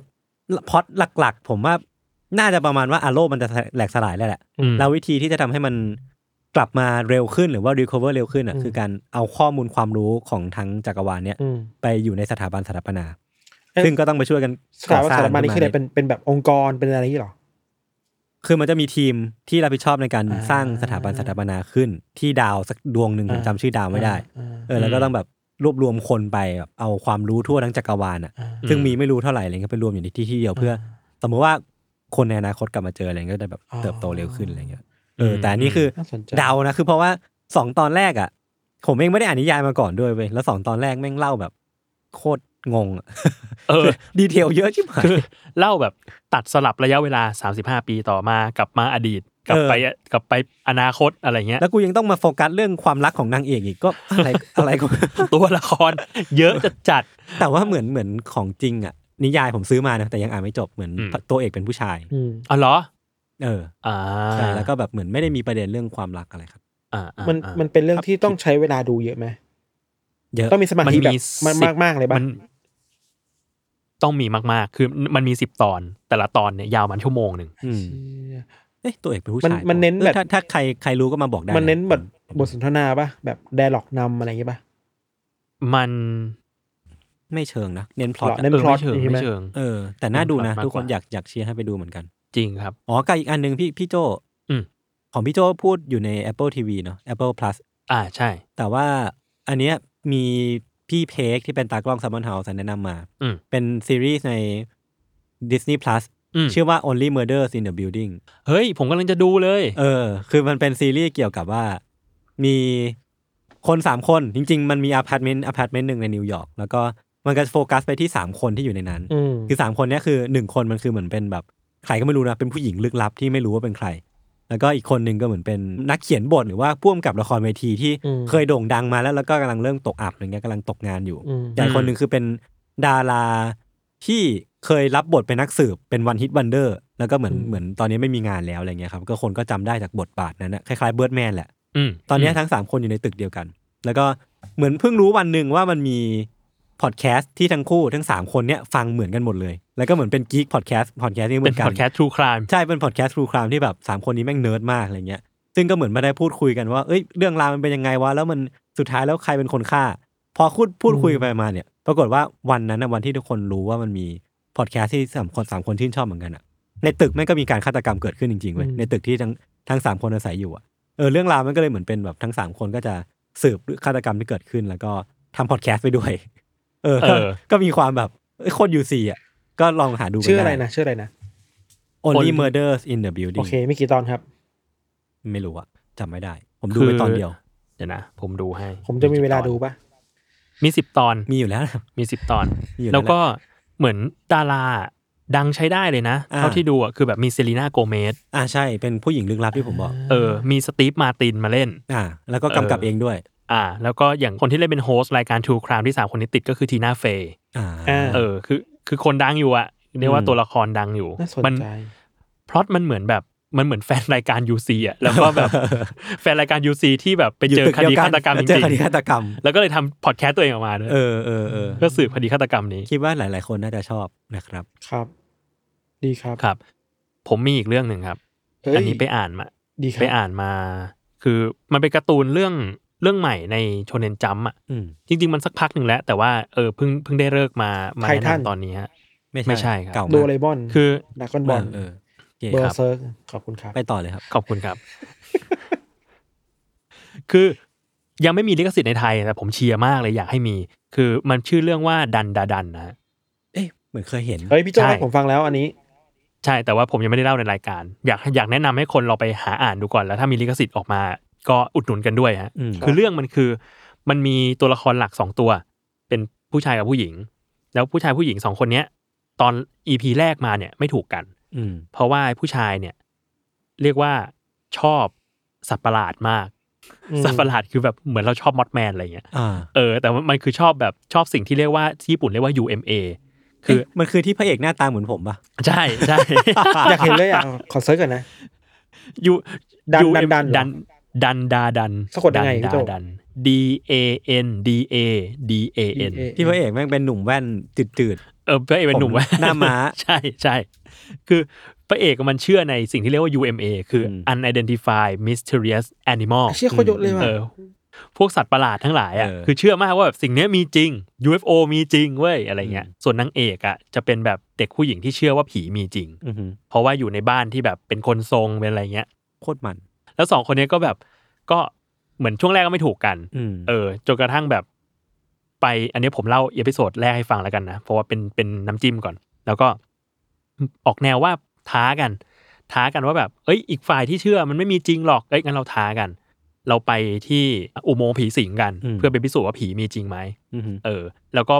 B: พล็อตหลักๆ ผมว่าน่าจะประมาณว่าอาโลกมันจะแหลกสลายแล้วแหละ
D: อืม
B: แล้ววิธีที่จะทำให้มันกลับมาเร็วขึ้นหรือว่า recover เร็วขึ้นอ่ะ
C: อืม
B: คือการเอาข้อมูลความรู้ของทั้งจักรวาลเนี่ย
C: อืม
B: ไปอยู่ในสถาบันสถาปนา
C: เอ๊ะ
B: ซึ่งก็ต้องไปช่วยกัน
C: สถาบัน
B: ก่อ
C: ส
B: ง
C: ถาบันนี้คืออะไร
B: ขึ้
C: เป็นเป็นแบบองค์กรเป็นอะไรอย่างนี้เหรอ
B: คือมันจะมีทีมที่รับผิดชอบในการ
C: อ่า
B: สร้างสถาบันสถาปนาขึ้น ที่ดาวสักดวงหนึ่งผมจำชื่อดาวไม่ได้ เออแล้วก็ต้องแบบรวบรวมคนไปแบบเอาความรู้ทั่วทั้งจักรวาลอ่ะ
C: อ่า
B: ซึ่งมีไม่รู้เท่าไหร่อะไรเงี้ยไปรวมอยู่ในที่ที่เดียวเพื่อ สมมติว่าคนในอนาคตกลับมาเจออะไรเงี้ยก็จะแบบ
C: อ๋อ
B: เติบโตเร็วขึ้นอะไรเงี้ยเอออ
D: ม
B: แต่อันนี่คือ
C: น่าสนใจ
B: เดานะ คือเพราะว่าสองตอนแรกอ่ะ ผมเองไม่ได้อ่านนิยายมาก่อนด้วยเว้ยแล้วสองตอนแรกแม่งเล่าแบบ โคตรงงอะ
D: เอ อ
B: ดีเทลเยอะชิบหาย
D: คือเล่าแบบตัดสลับระยะเวลา 35 ปีต่อมากลับมาอดีต กลับไป
B: เออ
D: กลับไปอนาคตอะไรเงี้ย
B: แล้วกูยังต้องมาโฟกัสเรื่องความรักของนางเอกอีกก็อะไร อะไรก็
D: ตัวละคร เยอะจัดจัด
B: แต่ว่าเหมือนเหมือนของจริงอ่ะ นิยายผมซื้อมานะแต่ยังอ่านไม่จบเหมือน
D: อืม
B: ตัวเอกเป็นผู้ชาย
C: อืม
D: อ๋อเหรอ
B: เออ
D: อ่า
B: อใช่แล้วก็แบบเหมือนไม่ได้มีประเด็นเรื่องความรักอะไรครับ
D: อ่าอ่า
C: มัน
D: อ่า
C: มันเป็นเรื่องที่ต้องใช้เวลาดูเยอะไหม
B: เยอะ
C: ต้องมีสมาธิแบบ
D: มั
C: มัน น
D: มี
C: มากมากๆเลย
D: มั
C: ป่ะ
D: นต้องมีมากๆ คือมันมีสิบตอน แต่ละตอนเนี่ยยาวมันชั่วโมงหนึ่ง
B: อืม
C: เชี่ย
B: เอ๊ะตัวเอกเป็นผู้
C: มัน
B: ชาย
C: มันเน้น
B: ออ
C: แบบ
B: ถ้าถ้าใครใครรู้ก็มาบอกได้
C: มันเน้นแบบ
B: ผม
C: บทสนทนาป่ะแบบแดร็อกนำอะไรอย่างงี้ป่ะ
D: มัน
B: ไม่เชิงนะ เน้นพล็อต
C: หรอน้น
D: เออ
C: พล็อต
D: ไม่เชิง
C: ใช่ไหม
D: ไม่เชิง
B: เออ แต่น่าดูนะ
D: เน้นพล็อตมากกว่า
B: ทุกคนอยากอยากเชียร์ให้ไปดูเหมือนกัน
D: จริงครับ
B: อ๋อกับอีกอันหนึ่งพี่พี่โจ
D: อืม
B: ของพี่โจพูดอยู่ใน Apple TV เนาะ Apple Plus
D: อ่าใช่
B: แต่ว่าอันเนี้ยมีพี่เพกที่เป็นตากล้องซัมมอนเฮาส์แนะนำมา
D: อืม
B: เป็นซีรีส์ใน Disney Plus
D: ม
B: ชื่อว่า Only Murders in the Building
D: เฮ้ย ผมกำลังจะดูเลย
B: เออ คือมันเป็นซีรีส์เกี่ยวกับว่ามีคนสามคนจริง ๆ มันมีอพาร์ตเมนต์อพาร์ตเมนต์หนึ่งในนิวยอร์กแล้วก็มันก็โฟกัสไปที่สามคนที่อยู่ในนั้น
C: อืม
B: คือสามคนเนี้ยคือหนึ่งคนมันคือเหมือนเป็นแบบใครก็ไม่รู้นะ เป็นผู้หญิงลึกลับที่ไม่รู้ว่าเป็นใคร แล้วก็อีกคนหนึ่งก็เหมือนเป็นนักเขียนบทหรือว่าพ่วงกับละครเวทีที่เคยโด่งดังมาแล้วแล้วก็กำลังเริ่มตกอับอะไรเงี้ยกำลังตกงานอยู่
C: อืม
B: แต่อีกคนหนึ่งคือเป็นดาราที่เคยรับบทเป็นนักสืบเป็นวันฮิตวันเดอร์ แล้วก็เหมือนเหมือนตอนนี้ไม่มีงานแล้วอะไรเงี้ยครับก็คนก็จำได้จากบทบาทนั้นนะคล้ายๆเบิร์ดแมนแหละ
D: อืม
B: ตอนเนี้ย
D: ม
B: ทั้งสามคนอยู่ในตึกเดียวกัน แล้วก็เหมือนเพิ่งรู้วันหนึ่งว่ามันมีพอดแคสต์ที่ทั้งคู่ทั้งสามคนเนี้ยฟังเหมือนกันหมดเลย แล้วก็เหมือนเป็นกิ๊กพอดแคสต์พอดแคสต์นี่เหมื
D: เป็น
B: อนกั
D: พ
B: น
D: อดแคสต์ทรูคราม
B: ใช่เป็นพอดแคสต์ครูครามที่แบบสามคนนี้แม่งเนิร์ดมากอะไรเงี้ย ซึ่งก็เหมือนมาได้พูดคุยกันว่า เอ้ยเรื่องราวมันเป็นยังไงวะ แล้วมันสุดท้ายแล้วใครเป็นคนฆ่า พอพูดพูดคุยกันไปมาเนี่ย ปรากฏว่าวันนั้นนะวันที่ทุกคนรู้ว่ามันมีพอดแคสต์ที่สามคนสามคนชื่นชอบเหมือนกันอะในตึกแม่งก็มีการฆาตกรรมเกิดขึ้นจริงๆเว้ย ในตึกที่ทั้งทั้งสามคนอาศัยอยู่อะเออเรื่องราวมันก็เลยเหมือนเป็นแบบทั้งสามคนก็จะสืบฆาตกรรมที่เกิดขึ้น แล้วก็ทำพอดแคสต์ไปด้วย เออ ก็มีความแบบเอ้ยโคนยูซีอะก็ลองหาดูกั
C: ชื่อ
B: ด้
C: อะไรนะชื่ออะไรนะ
B: Only Murders in the Building
C: โอเคไม่กี่ตอนครับ
B: ไม่รู้อะจำไม่ได้ ผมดูไปตอนเดียว
D: เดี๋ยวนะ ผมดูให้
C: ผมจะมีเวลาดูป่ะ
D: มีสิบตอน
B: มีอยู่แล้ว
D: มีสิบตอน
B: มีอยู่
D: แล้ว
B: นั่นแหละ
D: ก็เหมือนดาราดังใช้ได้เลยนะ
B: อ่า
D: เท่าที่ดูอ่ะคือแบบมีเซรีนาโกเมส
B: อ่าใช่ เป็นผู้หญิงลึกลับที่ผมบอก
D: เออ มีสตีฟมาร์ตินมาเล่น
B: อ่า แล้วก็กำกับ
D: เออ
B: เองด้วย
D: อ่า แล้วก็อย่างคนที่เล่นเป็นโฮสต์รายการทูครามที่สามคนนี้ติดก็คือทีน่าเฟย์
B: อ่า
C: อ่า
D: เออคือคือคนดังอยู่อะเรียกว่า
B: อืม
D: ตัวละครดังอยู่
C: น่าสน
D: มั
C: ใจ
D: พล็อตมันเหมือนแบบมันเหมือน แฟนรายการ UC อ่ะแล้วก็แบบ แฟนรายการ UC ที่แบบไปเจอคดีฆาตกรรมจ
B: เจอ
D: ริง
B: คดีฆาตกรรม
D: ๆแล้วก็เลยทำพอดแคสต์ตัวเองออกมาด้วย
B: เออเออเออ
D: เพื่อสืบคดีฆาตกรรมนี้
B: คิดว่าหลาย ๆ คนน่าจะชอบนะครับ
C: ครับ ดีครับ
D: ครับ ผมมีอีกเรื่องหนึ่งครับ
C: เฮ้ย
D: อันนี้ไปอ่านมา
C: ดีครับ
D: ไปอ่านมา คือมันเป็นการ์ตูนเรื่องเรื่องใหม่ในโชเนนจัมอ่ะ
B: อืม
D: จริง ๆ มันสักพักหนึ่งแล้ว แต่ว่าเออเพิ่งเพิ่งได้เลิกมามา
C: ไท
D: แนะ
C: ทัน
D: นำตอนนี้ฮะ
B: ไม่
D: ไม่ใช่
B: ใช่
D: ครับ
B: เก่ามาก
C: โดเรมอน
D: คือ
C: ดักอน
B: บบ อ
C: อ
B: ล
C: ล
B: เออโอเค
C: เบอ
B: ครับ
C: ร์เซิร์กขอบคุณครับ
B: ไปต่อเลยครับ
D: ขอบคุณครับ คือยังไม่มีลิขสิทธิ์ในไทย แต่ผมเชียร์มากเลยอยากให้มี คือมันชื่อเรื่องว่าดันดาดันนะฮะ
B: เอ๊ะ เหมือนเคยเห็น
C: เฮ้ยพี่โจ้
D: ใช่
C: ให้ผมฟังแล้วอันนี้
D: ใช่แต่ว่าผมยังไม่ได้เล่าในรายการ อยากอยากแนะนำให้คนเราไปหาอ่านดูก่อนแล้วถ้ามีลิขสิทธิ์ออกมา ก็อุดหนุนกันด้วยฮะ
B: อืม
D: คือเรื่องมันคือ มันมีตัวละครหลักสองตัว เป็นผู้ชายกับผู้หญิง แล้วผู้ชายผู้หญิงสองคนเนี้ย ตอน EP แรกมาเนี่ยไม่ถูกกัน
B: อืม
D: เพราะว่าผู้ชายเนี่ย เรียกว่าชอบสัตว์ประหลาดมาก สัตว์ประหลาดคือแบบเหมือนเราชอบมอดแมนอะไรเงี้ย
B: อ่า
D: เออแต่ว่ามันคือชอบแบบชอบสิ่งที่เรียกว่าที่ญี่ปุ่นเรียกว่า UMA คือ
B: เะมันคือที่พระเอกหน้าตาเหมือนผมปะ
D: ใช่ใช่
C: อยากเห็นเลยอ่ะ ขอเซิร์ชก่อนนะ
D: ยู
C: ดัน
D: ยูเอ็ม
C: ดันดั
D: ดั
C: น
D: น
C: เหรอ
D: ดันดาดัน
C: สะกดยังไงพี่
D: ดัน
C: โจ้
D: ดาดัน D A N D A D A N
B: ที่พระเอกแม่งเป็นหนุ่มแว่นจืด
D: เออพระเอกเป็นหนุ่ม
B: ผม
D: ว่ะ
B: หน้าม้า
D: ใช่ใช่คือพระเอกมันเชื่อในสิ่งที่เรียกว่า UMA คืออ Unidentified Mysterious Animal
C: เชี่ยโคตรเยอะเลยว่ะ
D: เออพวกสัตว์ประหลาดทั้งหลายอ่ะ
B: เออ
D: คือเชื่อมากว่าแบบสิ่งเนี้ยมีจริง UFO มีจริงเว้ยอะไรเงี้ยส่วนนางเอกอ่ะจะเป็นแบบเด็กผู้หญิงที่เชื่อว่าผีมีจริง
B: ๆอือหือ
D: เพราะว่าอยู่ในบ้านที่แบบเป็นคนทรงเป็นอะไรเงี้ย
B: โคตรมัน
D: แล้วสองคนเนี้ยก็แบบก็เหมือนช่วงแรกก็ไม่ถูกกัน
B: อืม
D: เออจนกระทั่งแบบ ไปอันนี้ผมเล่าเอพิโซดแรกให้ฟังแล้วกันนะ เพราะว่าเป็นเป็นน้ำจิ้มก่อน แล้วก็ออกแนวว่าท้ากัน ท้ากันว่าแบบ เอ้ย อีกฝ่ายที่เชื่อมันไม่มีจริงหรอกเอ้ยงั้นเราท้ากัน เราไปที่อุโมงค์ผีสิงกัน
B: อืม
D: เพื่อไปพิสูจน์ว่าผีมีจริงไหม
B: อือหือ
D: เออแล้วก็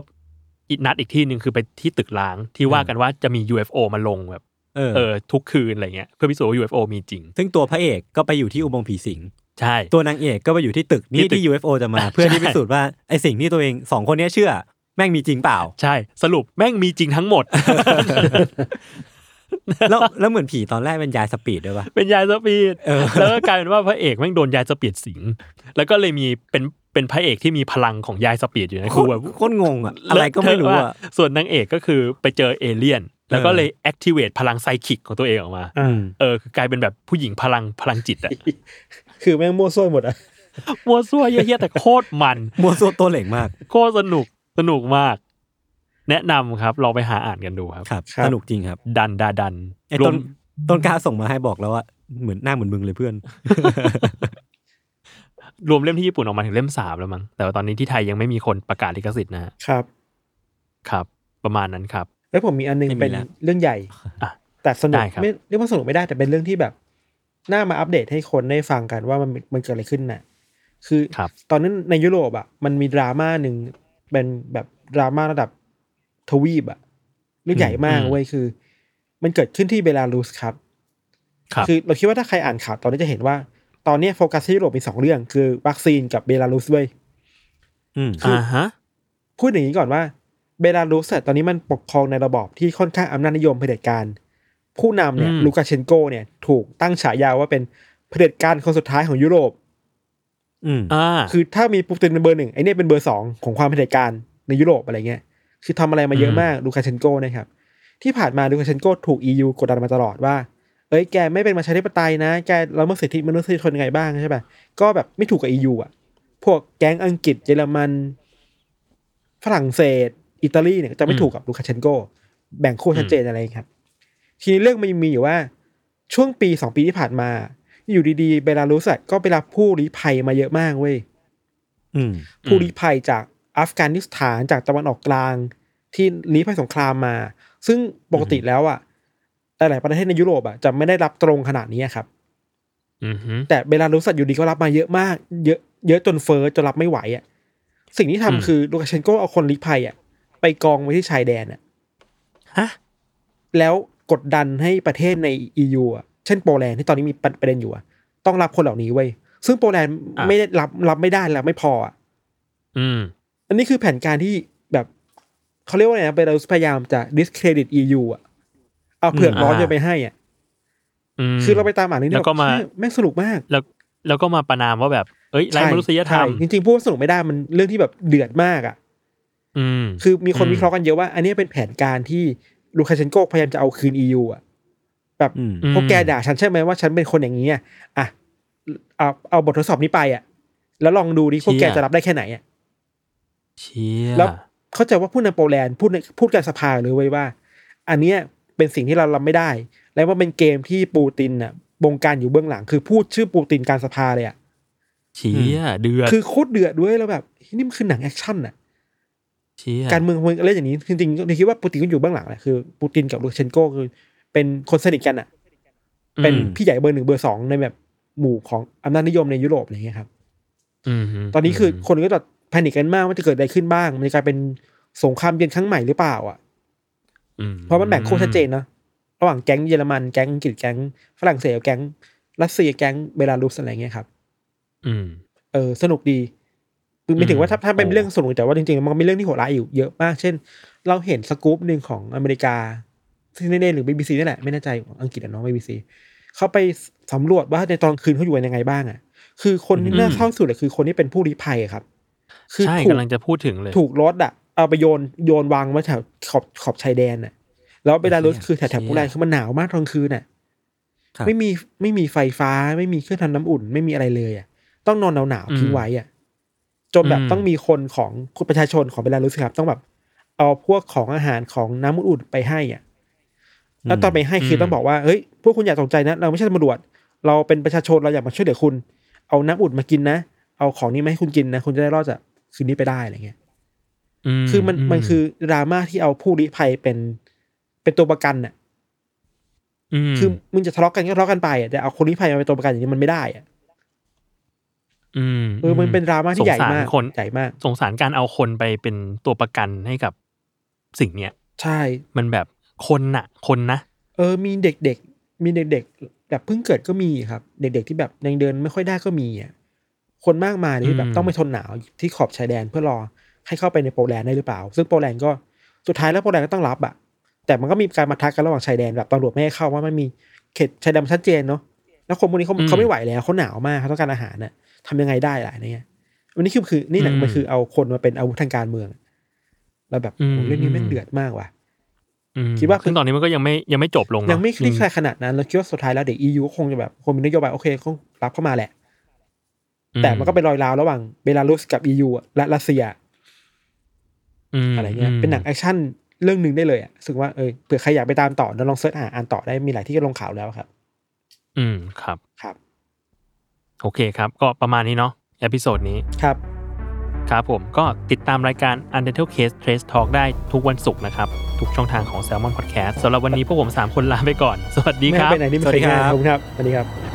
D: อีกนัดอีกที่หนึ่งคือไปที่ตึกล้างที่ว่ากันว่าจะมี UFO มาลงแบบ
B: เออ
D: เออทุกคืนอะไรเงี้ยเพื่อพิสูจน์ว่า UFO มีจริง
B: ซึ่งตัวพระเอกก็ไปอยู่ที่อุโมงค์ผีสิง
D: ใช่
B: ตัวนางเอกก็ไปอยู่ที่ตึก
D: ที่
B: นี่
D: ตึก
B: ที่ UFO จะมา เพื่อ
D: ใช่
B: ที่พิสูจน์ว่าไอสิ่งที่ตัวเองสองคนเนี้ยเชื่อ แม่งมีจริงเปล่า
D: ใช่ สรุปแม่งมีจริงทั้งหมด
B: แล้วแล้วเหมือนผีตอนแรกเป็นยายสปีดด้วยปะ
D: เป็นยายสปีด
B: เออ
D: แล้วก็กลายเป็นว่าพระเอกแม่งโดนยายสปีดสิง แล้วก็เลยมีเป็นเป็นพระเอกที่มีพลังของยายสปีดอยู่นะ
B: โค
D: คือ
B: ต
D: แบ
B: ร
D: บ
B: โคตรงงอะอะไรก็ไม่รู้
D: เลเทว่า
B: อะ
D: ส่วนนางเอกก็คือไปเจอเอเลี่ยน แล้วก็
B: เออ
D: เลยแอคทีเวตพลังไซคิกของตัวเองออกมา
C: อ่า
D: เออคือกลายเป็นแบบผู้หญิงพลังพลังจิตอะ
C: คือแม่งมั่วซั่วหมดอ่ะ
D: มัวซั่วเยี่ยๆแต่โคตรมัน
B: มัวซัวตัวเหล่งมาก
D: โคตรสนุกสนุกมาก แนะนำครับลองไปหาอ่านกันดูครับ
B: ครับ
C: ครับ
B: สนุกจริงครับ
D: ดันดาดัน
B: ไอ
D: รว
B: ต้
D: ม
B: นต้นกล้าส่งมาให้บอกแล้วว่าเหมือนหน้าเหมือนมึงเลยเพื่อน
D: รวมเล่มที่ญี่ปุ่นออกมาถึงเล่มสามแล้วมั้งแต่ว่าตอนนี้ที่ไทยยังไม่มีคนประกาศลิขสิทธิ์นะฮะ
C: ครับ
D: ครับ ประมาณนั้นครับ
C: เอ้ยผมมีอันนึง
B: ไม่มี
C: เป็น
B: แล้ว
C: เรื่องใหญ่
D: อ่ะ
C: แต่สนุก
D: ได้ครับ
C: ไม่เรียกว่าสนุกไม่ได้แต่เป็นเรื่องที่แบบน่ามาอัปเดตให้คนได้ฟังกันว่ามันมันเกิดอะไรขึ้นน่ะ คือ
D: ครับ
C: ตอนนั้นในยุโรปอ่ะมันมีดราม่าหนึ่งเป็นแบบดราม่าระดับทวีปอ่ะเรื่องใหญ่มาก
D: อืม
C: เว้ยคือ มันเกิดขึ้นที่เบลารุสครับ
D: ครับ
C: คือเราคิดว่าถ้าใครอ่านข่าวตอนนี้จะเห็นว่า ตอนเนี้ยโฟกัสที่ยุโรปมีสองเรื่องคือวัคซีนกับเบลารุสเว้ย
B: อืม
D: อ่าฮะ
C: พูดอย่างนี้ก่อนว่าเบลารุสอะตอนนี้มันปกครองในระบอบที่ค่อนข้างอำนาจนิยมเผด็จการ ผู้นำเนี่ย
D: อืม
C: ลูกาเชนโกเนี่ยถูกตั้งฉายาว่าเป็นเผด็จการคนสุดท้ายของยุโรป
B: อืม
D: อ่า
C: คือถ้ามีปูตินเป็นเบอร์หนึ่งไอเนี่ยเป็นเบอร์สองของความเผด็จการในยุโรปอะไรเงี้ยคือทำอะไรมาเยอะ
D: อืม
C: มากลูกาเชนโกเนะครับที่ผ่านมาลูกาเชนโกถูก EU กดดันมาตลอดว่า เอ้ยแกไม่เป็นประชาธิปไตยนะ แกละเมิดสิทธิมนุษยชนยังไงบ้างใช่ป่ะก็แบบไม่ถูกกับ EU อ่ะ พวกแก๊งอังกฤษเยอรมัน ฝรั่งเศส อิตาลีเนี่ยจะไม่ถูกกับลูคาเชนโก แบ่งขั้วชัดเจนอะไรครับ ทีนี้เรื่องมันมีอยู่ว่า ช่วงปีสองปีที่ผ่านมา อยู่ดีๆเบลารุสอะก็ไปรับผู้ลี้ภัยมาเยอะมากเว้ย
B: อืม
C: ผู้ลี้ภัยจากอัฟกานิสถานจากตะวันออกกลาง ที่ลี้ภัยสงครามมา ซึ่งปกติแล้วอ่ะหลายๆประเทศในยุโรปอ่ะจะไม่ได้รับตรงขนาดนี้ครับ
D: อือฮึ
C: แต่เบลารุสอะอยู่ดีก็รับมาเยอะมาก เยอะเยอะจนเฟ้อจนรับไม่ไหวอ่ะสิ่งที่ทำ
D: อืม
C: คือลูคาเชนโกเอาคนลี้ภัยอ่ะไปกองไว้ที่ชายแดนอ่ะ
D: ฮะ
C: แล้วกดดันให้ประเทศใน EU อ่ะเช่นโปแลนด์ที่ตอนนี้มีประเด็นอยู่อ่ะต้องรับคนเหล่านี้ไว้ยซึ่งโปแลนด์
D: อ่ะ
C: ไม่ได้รับรับไม่ได้แล้วไม่พออ่ะ
D: อืม
C: อันนี้คือแผนการที่แบบเขาเรียกว่าไงนะเบลารุสพยายามจะ discredit EU อ่ะเอาเผือกร้อน
D: อืมอ่า
C: จะไปให้อ่ะ
D: อืม
C: คือเราไปตามอ่านเรื่องนี้
D: แล้วก็มา
C: บบเชี่ยแม่งสนุกมาก
D: แล้วแล้วก็มาประนามว่าแบบ เอ้ยไร้
C: ใช่
D: มนุษยธรรม
C: ใช่จริงๆพูดว่าสนุกไม่ได้มันเรื่องที่แบบเดือดมากอ่ะ
D: อืม
C: คือมีคน
D: อืม
C: วิเคราะห์กันเยอะว่า อันนี้เป็นแผนการที่ลูคาเชนโกพยายามจะเอาคืน EU อ่ะแบบ
B: อืม
D: อืม
C: พวกแกด่าฉันใช่ไหมว่าฉันเป็นคนอย่างนี้อ่ะอ่ะเอาเอาบททดสอบนี้ไปอ่ะ แล้วลองดูดิพวกแก
D: เชี่ย
C: จะรับได้แค่ไหนอ่ะ
D: เชี่ย
C: แล้วเข้าใจว่าผู้นำโปแลนด์พูดในพูดกับสภาเลยเว้ยว่า อันเนี้ยเป็นสิ่งที่เรารับไม่ได้ และว่าเป็นเกมที่ปูตินน่ะบงการอยู่เบื้องหลัง คือพูดชื่อปูตินการสภาเลยอ่ะ
D: เชี่ยเดือด
C: คือโคตรเดือดด้วยแล้วแบบเฮ้ยนี่มันคือหนังแอคชั่นน่ะ
D: เชี่ย
C: การเมืองมันเล่นอย่างนี้จริงๆเราคิดว่าปูตินก็อยู่เบื้องหลังแหละคือปูตินกับลูคาเชนโกคือ เป็นคนสนิทกันอ่ะ เป็น
D: อืม
C: พี่ใหญ่เบอร์หนึ่งเบอร์สองในแบบหมู่ของอำนาจนิยมในยุโรปอะไรอย่างเงี้ยครับ
D: อืม
C: ตอนนี้คือคนก็จะแพนิคกันมากว่าจะเกิดอะไรขึ้นบ้าง มันจะกลายเป็นสงครามเย็นครั้งใหม่หรือเปล่าอ่ะ
D: อื
C: เพราะมันแบ่งคู่ชัดเจนเนาะระหว่างแก๊งเยอรมันแก๊งอังกฤษแก๊งฝรั่งเศสกับแก๊งรัสเซียแก๊งเบลารุสอะไรเงี้ยครับ
D: อืม
C: เออสนุกดีคือไม่ถึงว่าถ้าถ้าเป็น
D: โอ้
C: เรื่องสนุกแต่ว่าจริงๆ มันมีเรื่องที่โหดร้ายอยู่เยอะมาก เช่น เราเห็นสกู๊ปหนึ่งของอเมริกาซีเนเนหรือบีบีซีนี่แหละไม่แน่ใจอังกฤษอะเน้องบีบีซีเขาไปสำรวจว่าในตอนคืนเขาอยู่กันยังไงบ้างอ่ะ คือคนที่น่าเศร้าสุดเลยคือคนที่เป็นผู้ลี้ภัยอะครับ คือ
D: ใช่
C: ถูก
D: กำลังจะพูดถึงเลย
C: ถูกรถอ่ะเอาไปโยนโยนวางไว้แถวขอบขอบชายแดนน่ะ แล้วเวลารุส
B: เชี่ย
C: คือแถวแถว
B: เชี่ย
C: โปแลนด์คือมันหนาวมากตอนคืนน่ะ
B: ครับ
C: ไม่มีไม่มีไฟฟ้าไม่มีเครื่องทำน้ำอุ่นไม่มีอะไรเลยอ่ะต้องนอนหนาวหนาวๆทิ้งไว้อ่ะจนแบบ
D: อืม
C: ต้องมีคนของประชาชนของเวลารุสครับ ต้องแบบ เอาพวกของอาหารของน้ำอุ่นๆไปให้อ่ะ แล้วตอนไปให้คือต้องบอกว่าเฮ้ยพวกคุณอย่าตกใจนะ เราไม่ใช่ตำรวจ เราเป็นประชาชนเราอยากมาช่วยเหลือคุณ เอาน้ำอุ่นมากินนะ เอาของนี้มาให้คุณกินนะคุณจะได้รอดจากคืนนี้ไปได้อะไรเงี้ย คือมันมันคือดราม่าที่เอาผู้ลี้ภัยเป็นเป็นตัวประกันน่ะ
D: ม
C: คือมึงจะทะเลาะกันก็ทะเลาะกันไปอ่ะแต่เอาคนลี้ภัยมาเป็นตัวประกันอย่างนี้มันไม่ได้อ่ะ
D: ม
C: เออมันเป็นดราม่าที่ใหญ่มาก
D: สงสารคน
C: ใหญ่มาก
D: สงสารการเอาคนไปเป็นตัวประกันให้กับสิ่งเนี้ย
C: ใช่
D: มันแบบคนน่ะ คนนะ
C: เออมีเด็กๆ มีเด็กๆ แบบเพิ่งเกิดก็มีครับ เด็กๆที่แบบยังเดินไม่ค่อยได้ก็มีอ่ะคนมากมายเลยที่แบ
D: อื
C: บ
D: ม
C: ต้องไปทนหนาวที่ขอบชายแดนเพื่อรอให้เข้าไปในโปแลนด์ได้หรือเปล่า ซึ่งโปแลนด์ก็สุดท้ายแล้วโปแลนด์ก็ต้องรับอ่ะ แต่มันก็มีการมาทักกันระหว่างชายแดนแบบตำรวจไม่ให้เข้าว่ามันมีเขตชายแดนมันชัดเจนเนาะแล้วคนพวกนี้เขา
D: อืม
C: เขาไม่ไหวแล้วเขาหนาวมากเขาต้องการอาหารน่ะทำยังไงได้ล่ะเนี่ยวันนี้คือคือนี่แหละ
D: อืม
C: มันคือเอาคนมาเป็นอาวุธทางการเมืองแล้วแบบโอ้โห
D: อืม
C: เรื่องนี้แม่งเดือดมากว่ะ
D: อืม
C: คิดว่า
D: ซึ่งตอนนี้มันก็ยังไม่ยังไม่จบลงเนอะ
C: ยังไม่คลี่คลายขนาดนั้นเราคิดว่าสุดท้ายแล้วเด็ก EU คงจะแบบคงมีนโยบายโอเคคงรับเข้ามาแหละ
D: อื
C: แต่มันก็เป็นรอยร้าวระหว่างเบลารุสกับ EU อะและรัสเซีย
D: ม
C: อะไรเงี้ย
D: ม
C: เป็นหนังแอคชั่นเรื่องหนึ่งได้เลยอะซึ่งว่าเออเผื่อใครอยากไปตามต่อเราลองเสิร์ชอ่านอ่านต่อได้มีหลายที่ก็ลงข่าวแล้วครับ
D: อืมครับ
C: ครับ
D: โอเคครับ ก็ประมาณนี้เนาะเอพิโซดนี้
C: ครับ
D: ครับผมก็ติดตามรายการ u n d e r t a l e Case Trace Talk ได้ทุกวันศุกร์นะครับ ทุกช่องทางของ Salmon Podcast สำหรับวันนี้พวกผม 3 คนลาไปก่อน สวัสดี
C: ไม่
D: ค
C: ให้
D: รับ
C: ไปไหนนี่ไม่เคยง่าย
B: สวัสดีครับ
C: ขอบคุณครับสวัสดีครับ